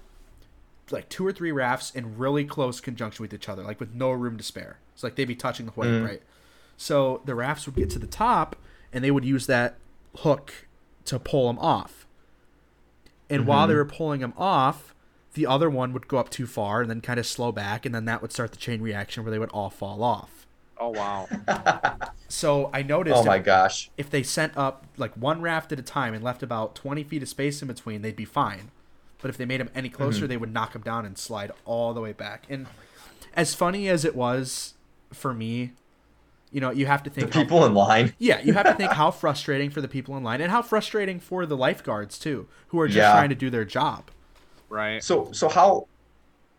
Speaker 2: like two or three rafts in really close conjunction with each other, like with no room to spare. It's like they'd be touching the hook, right? So the rafts would get to the top, and they would use that hook to pull them off. And while
Speaker 3: Mm-hmm.
Speaker 2: they were pulling them off, the other one would go up too far and then kind of slow back, and then that would start the chain reaction where they would all fall off.
Speaker 4: oh wow.
Speaker 2: So I noticed
Speaker 3: Oh my
Speaker 2: if,
Speaker 3: gosh.
Speaker 2: if they sent up like one raft at a time and left about 20 feet of space in between, they'd be fine. But if they made them any
Speaker 3: Mm-hmm.
Speaker 2: closer, they would knock them down and slide all the way back. And as funny as it was for me, you know, you have to
Speaker 3: The
Speaker 2: think how-
Speaker 3: people in line.
Speaker 2: yeah, you have to think how frustrating for the people in line and how frustrating for the lifeguards too, who are just
Speaker 3: Yeah.
Speaker 2: trying to do their job.
Speaker 4: Right.
Speaker 3: So so how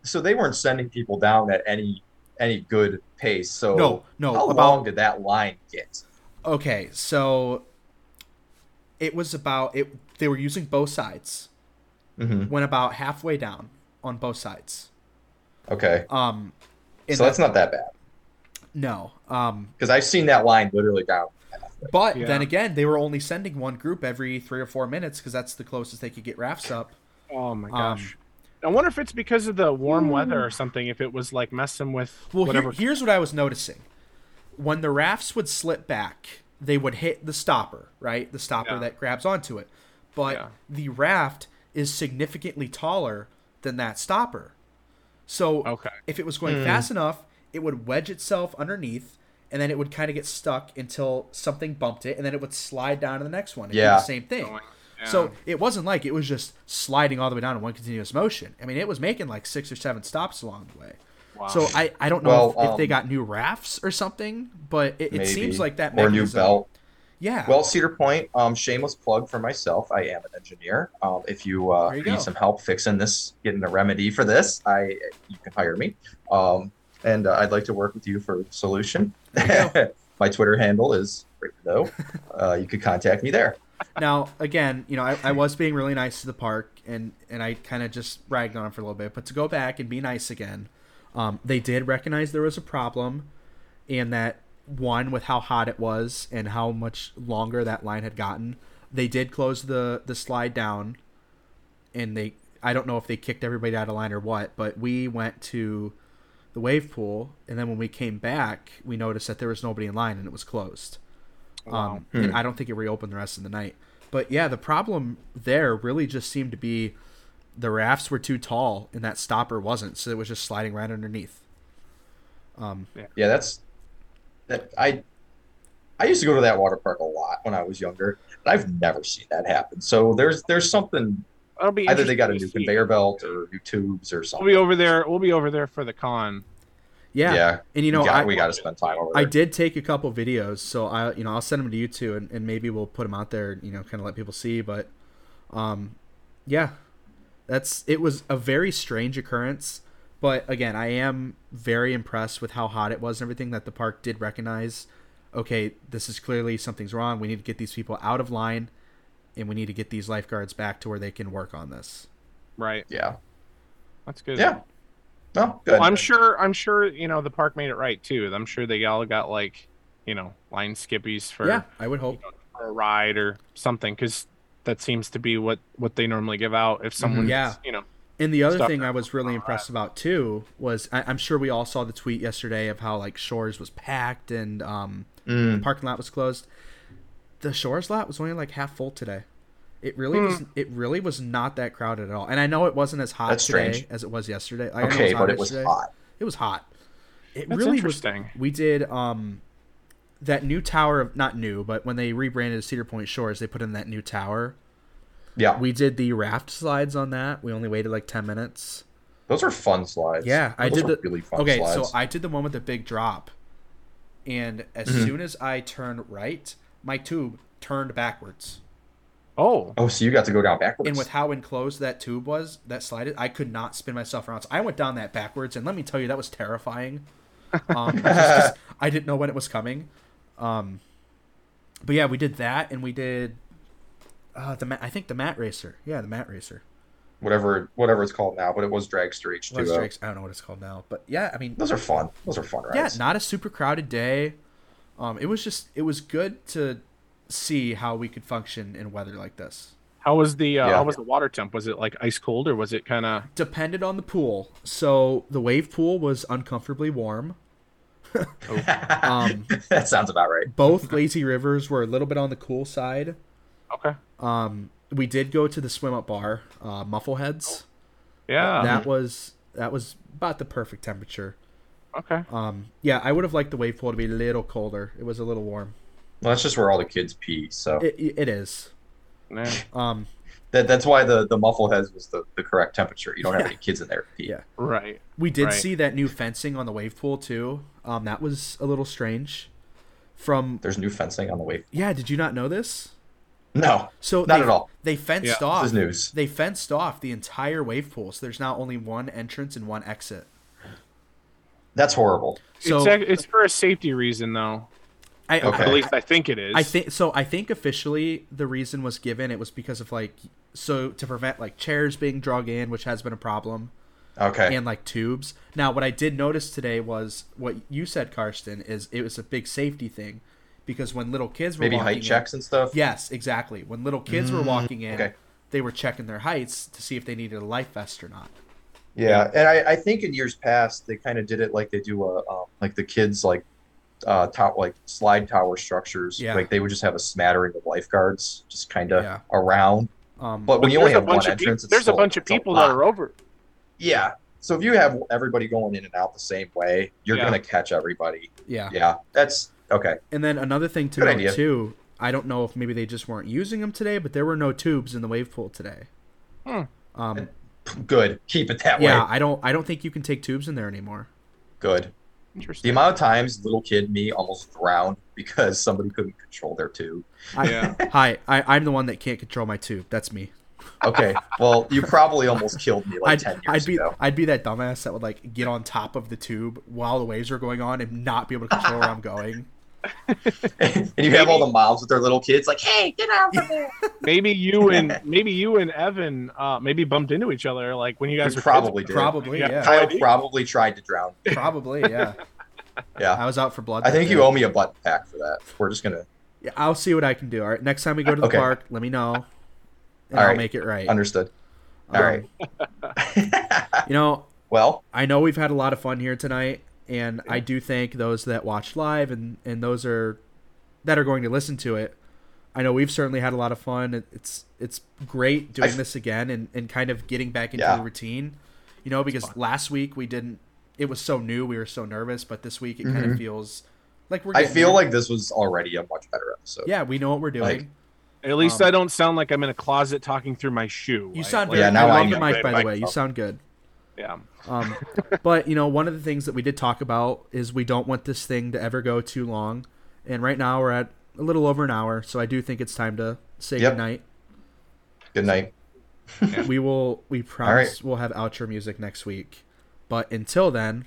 Speaker 3: so they weren't sending people down at any any good pace. So
Speaker 2: No, no,
Speaker 3: how
Speaker 2: about-
Speaker 3: long did that line get?
Speaker 2: Okay, so it was about it they were using both sides.
Speaker 3: Mhm.
Speaker 2: Went about halfway down on both sides.
Speaker 3: Okay.
Speaker 2: Um and
Speaker 3: So that's not that bad.
Speaker 2: no. Um
Speaker 3: Because I've seen that line literally down.
Speaker 2: But
Speaker 4: Yeah.
Speaker 2: then again, they were only sending one group every three or four minutes because that's the closest they could get rafts up.
Speaker 4: Oh my
Speaker 2: Um,
Speaker 4: gosh. I wonder if it's because of the warm weather or something. If it was like messing with
Speaker 2: Well,
Speaker 4: whatever.
Speaker 2: here, here's what I was noticing: when the rafts would slip back, they would hit the stopper, right? The stopper
Speaker 4: Yeah.
Speaker 2: that grabs onto it. But
Speaker 4: Yeah.
Speaker 2: the raft is significantly taller than that stopper, so
Speaker 4: Okay.
Speaker 2: if it was going fast enough, it would wedge itself underneath, and then it would kind of get stuck until something bumped it, and then it would slide down to the next one. and do
Speaker 3: Yeah.
Speaker 2: the same thing.
Speaker 4: Going,
Speaker 2: So
Speaker 4: yeah.
Speaker 2: it wasn't like it was just sliding all the way down in one continuous motion. I mean, it was making like six or seven stops along the way.
Speaker 4: Wow.
Speaker 2: So I, I don't know
Speaker 3: Well,
Speaker 2: if, if they
Speaker 3: um,
Speaker 2: got new rafts or something, but it, it
Speaker 3: maybe.
Speaker 2: seems like that
Speaker 3: or new
Speaker 2: mechanism-
Speaker 3: belt.
Speaker 2: Yeah.
Speaker 3: Well, Cedar Point, um, shameless plug for myself. I am an engineer. Um, if you, uh,
Speaker 2: There you
Speaker 3: need
Speaker 2: go.
Speaker 3: some help fixing this, getting a remedy for this, I you can hire me. Um, and uh, I'd like to work with you for a solution. My Twitter handle is right below. Uh, you could contact me there.
Speaker 2: now again, you know, I, I was being really nice to the park, and and I kind of just ragged on him for a little bit. But to go back and be nice again, um, they did recognize there was a problem, and that one with how hot it was and how much longer that line had gotten, they did close the the slide down, and they I don't know if they kicked everybody out of line or what, but we went to the wave pool, and then when we came back, we noticed that there was nobody in line and it was closed. Um, And I don't think it reopened the rest of the night. But yeah, the problem there really just seemed to be the rafts were too tall and that stopper wasn't, so it was just sliding right underneath.
Speaker 3: Yeah, that's that. I I used to go to that water park a lot when I was younger, and I've never seen that happen. So there's there's something
Speaker 4: It'll be
Speaker 3: either they got a new
Speaker 4: interesting to see.
Speaker 3: conveyor belt or new tubes or
Speaker 4: We'll be
Speaker 3: something.
Speaker 4: over there. We'll be over there for the con.
Speaker 2: Yeah,
Speaker 3: Yeah,
Speaker 2: and you know
Speaker 3: we got,
Speaker 2: I
Speaker 3: we got to spend time over there.
Speaker 2: I did take a couple videos, so I you know I'll send them to you two, and, and maybe we'll put them out there, you know, kind of let people see. But um, yeah, that's it was a very strange occurrence. But again, I am very impressed with how hot it was and everything that the park did recognize. Okay, this is clearly something's wrong. We need to get these people out of line, and we need to get these lifeguards back to where they can work on this.
Speaker 4: Right.
Speaker 3: Yeah.
Speaker 4: That's good.
Speaker 3: Yeah. No, good.
Speaker 4: Well, I'm sure. I'm sure. You know, the park made it right too. I'm sure they all got like, you know, line skippies for,
Speaker 2: yeah, I would hope.
Speaker 4: for a ride or something because that seems to be what what they normally give out if someone.
Speaker 2: Mm-hmm. Yeah.
Speaker 4: You know.
Speaker 2: And the other
Speaker 4: stuff
Speaker 2: thing
Speaker 4: that
Speaker 2: I was really impressed about too was I, I'm sure we all saw the tweet yesterday of how like Shores was packed and um,
Speaker 3: Mm,
Speaker 2: the parking lot was closed. The Shores lot was only like half full today. It
Speaker 3: Hmm.
Speaker 2: really was. It really was not that crowded at all. And I know it wasn't as hot
Speaker 3: That's
Speaker 2: today
Speaker 3: strange.
Speaker 2: as it was yesterday. I know
Speaker 3: okay, but it was
Speaker 2: yesterday.
Speaker 3: hot.
Speaker 2: It was hot. It
Speaker 4: That's
Speaker 2: really was
Speaker 4: interesting.
Speaker 2: we did um that new tower of not new, but when they rebranded Cedar Point Shores, they put in that new tower.
Speaker 3: Yeah,
Speaker 2: We did the raft slides on that. We only waited like ten minutes.
Speaker 3: those are fun slides.
Speaker 2: Yeah, I
Speaker 3: Those
Speaker 2: did
Speaker 3: are
Speaker 2: the
Speaker 3: really fun
Speaker 2: okay.
Speaker 3: slides.
Speaker 2: So I did the one with the big drop,
Speaker 3: Mm-hmm.
Speaker 2: and as soon as I turned right, my tube turned backwards.
Speaker 4: Oh,
Speaker 3: Oh, so you got to go down backwards.
Speaker 2: And with how enclosed that tube was, that slided, I could not spin myself around. So I went down that backwards, and let me tell you, that was terrifying. Um, just 'cause I didn't know when it was coming. Um, but yeah, we did that, and we did uh, the ma- I think the mat racer. Yeah, the mat racer.
Speaker 3: whatever whatever it's called now, but it was Dragster H2O.
Speaker 2: Last Strikes, I don't know what it's called now, but yeah, I mean,
Speaker 3: Those are fun. Those are fun
Speaker 2: yeah,
Speaker 3: rides.
Speaker 2: not a super crowded day. Um, it was just it was good to see how we could function in weather like this.
Speaker 4: how was the uh,
Speaker 3: Yeah.
Speaker 4: how was the water temp? Was it like ice cold or was it kind of
Speaker 2: depended on the pool. So the wave pool was uncomfortably warm. Um,
Speaker 3: that sounds about right.
Speaker 2: both lazy rivers were a little bit on the cool side.
Speaker 4: okay?
Speaker 2: Um, we did go to the swim up bar, uh, Muffleheads.
Speaker 4: Yeah.
Speaker 2: That was that was about the perfect temperature.
Speaker 4: okay.
Speaker 2: Um, yeah, I would have liked the wave pool to be a little colder. It was a little warm.
Speaker 3: Well, that's just where all the kids pee. So
Speaker 2: It, it is.
Speaker 4: Yeah.
Speaker 2: Um,
Speaker 3: that, that's why the the muffle heads was the, the correct temperature. You don't have any kids in there to pee.
Speaker 2: Yeah.
Speaker 4: Right.
Speaker 2: We did
Speaker 4: Right.
Speaker 2: see that new fencing on the wave pool too. Um, that was a little strange. From
Speaker 3: There's new fencing on the way.
Speaker 2: yeah, did you not know this?
Speaker 3: No,
Speaker 2: So
Speaker 3: Not
Speaker 2: they,
Speaker 3: at all.
Speaker 2: They fenced
Speaker 4: Yeah,
Speaker 2: off.
Speaker 3: this is news.
Speaker 2: They fenced off the entire wave pool, so there's now only one entrance and one exit.
Speaker 3: that's horrible.
Speaker 2: So
Speaker 4: it's, ac- it's for a safety reason though.
Speaker 2: I,
Speaker 3: Okay.
Speaker 4: At least I think it is.
Speaker 2: I, I think so. I think officially the reason was given it was because of like so to prevent like chairs being drug in, which has been a problem,
Speaker 3: Okay.
Speaker 2: and like tubes. Now, what I did notice today was what you said, Karsten, is it was a big safety thing because when little kids were
Speaker 3: Maybe
Speaker 2: walking
Speaker 3: height
Speaker 2: in-
Speaker 3: checks and stuff.
Speaker 2: Yes, exactly. When little kids were walking in,
Speaker 3: Mm, okay.
Speaker 2: they were checking their heights to see if they needed a life vest or not.
Speaker 3: Yeah, and I, I think in years past they kind of did it like they do a um, like the kids like uh top like slide tower structures.
Speaker 2: Yeah.
Speaker 3: Like they would just have a smattering of lifeguards just kind of
Speaker 2: Yeah.
Speaker 3: around.
Speaker 2: Um,
Speaker 3: But when
Speaker 4: But
Speaker 3: you only
Speaker 4: there's a
Speaker 3: have one
Speaker 4: bunch of peop-
Speaker 3: entrance, it's
Speaker 4: there's
Speaker 3: still-
Speaker 4: a bunch of
Speaker 3: it's
Speaker 4: people that
Speaker 3: lot.
Speaker 4: are over.
Speaker 3: Yeah. So if you have everybody going in and out the same way, you're
Speaker 4: Yeah.
Speaker 3: gonna catch everybody.
Speaker 2: yeah.
Speaker 3: Yeah. That's okay.
Speaker 2: And then another thing to
Speaker 3: Good
Speaker 2: note
Speaker 3: idea.
Speaker 2: too, I don't know if maybe they just weren't using them today, but there were no tubes in the wave pool today.
Speaker 4: Hmm.
Speaker 2: Um,
Speaker 3: Good. Keep it that
Speaker 2: yeah,
Speaker 3: way.
Speaker 2: I don't, I don't think you can take tubes in there anymore.
Speaker 3: Good. The
Speaker 4: Interesting.
Speaker 3: amount of times little kid me almost drowned because somebody couldn't control their tube.
Speaker 2: I,
Speaker 4: Yeah.
Speaker 2: Hi, I, I'm the one that can't control my tube. That's me.
Speaker 3: Okay. Well, you probably almost killed me like
Speaker 2: I'd,
Speaker 3: ten years
Speaker 2: I'd be,
Speaker 3: ago.
Speaker 2: I'd be that dumbass that would like get on top of the tube while the waves are going on and not be able to control where I'm going.
Speaker 3: and you have all the moms with their little kids like, "Hey, get out from there!"
Speaker 4: Maybe you and maybe you and Evan uh, maybe bumped into each other like when you guys
Speaker 3: We
Speaker 4: were
Speaker 3: probably
Speaker 4: kids.
Speaker 3: did.
Speaker 2: Probably,
Speaker 4: Yeah.
Speaker 2: yeah,
Speaker 3: Kyle
Speaker 4: idea.
Speaker 3: probably tried to drown. me.
Speaker 2: probably, yeah.
Speaker 3: Yeah.
Speaker 2: I was out for blood.
Speaker 3: I
Speaker 2: that
Speaker 3: think you
Speaker 2: day.
Speaker 3: owe me a button pack for that. We're just gonna
Speaker 2: Yeah, I'll see what I can do. All right, next time we go to the
Speaker 3: Okay.
Speaker 2: park, let me know, and
Speaker 3: All
Speaker 2: I'll
Speaker 3: right.
Speaker 2: make it right. Um,
Speaker 3: understood. All right.
Speaker 2: You know,
Speaker 3: well,
Speaker 2: I know we've had a lot of fun here tonight, and I do thank those that watched live and and those are that are going to listen to it. I know we've certainly had a lot of fun. It- It's it's great doing
Speaker 3: I-
Speaker 2: this again and and kind of getting back into
Speaker 3: Yeah.
Speaker 2: the routine. You know, because last week we didn't. It was so new, we were so nervous, but this week it kind of
Speaker 3: Mhm.
Speaker 2: feels like we're.
Speaker 3: I
Speaker 2: getting
Speaker 3: feel
Speaker 2: there.
Speaker 3: like this was already a much better episode.
Speaker 2: yeah, we know what we're doing.
Speaker 3: like,
Speaker 4: At least
Speaker 2: Um,
Speaker 4: I don't sound like I'm in a closet talking through my shoe.
Speaker 2: you
Speaker 4: Like-
Speaker 2: sound
Speaker 4: like-
Speaker 2: very.
Speaker 3: Yeah, now
Speaker 2: I
Speaker 3: I
Speaker 2: love the
Speaker 3: know. oh.
Speaker 2: mic, by the way. You sound good.
Speaker 4: yeah.
Speaker 2: Um, but you know, one of the things that we did talk about is we don't want this thing to ever go too long. And right now we're at a little over an hour, so I do think it's time to say
Speaker 3: Yep.
Speaker 2: goodnight.
Speaker 3: Good night.
Speaker 2: We will we promise we'll have outro music next week. But until then,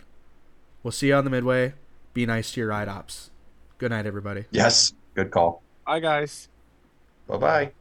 Speaker 2: we'll see you on the midway. Be nice to your ride ops. Good night, everybody.
Speaker 3: Yes. Good call.
Speaker 4: Hi guys.
Speaker 3: Bye bye.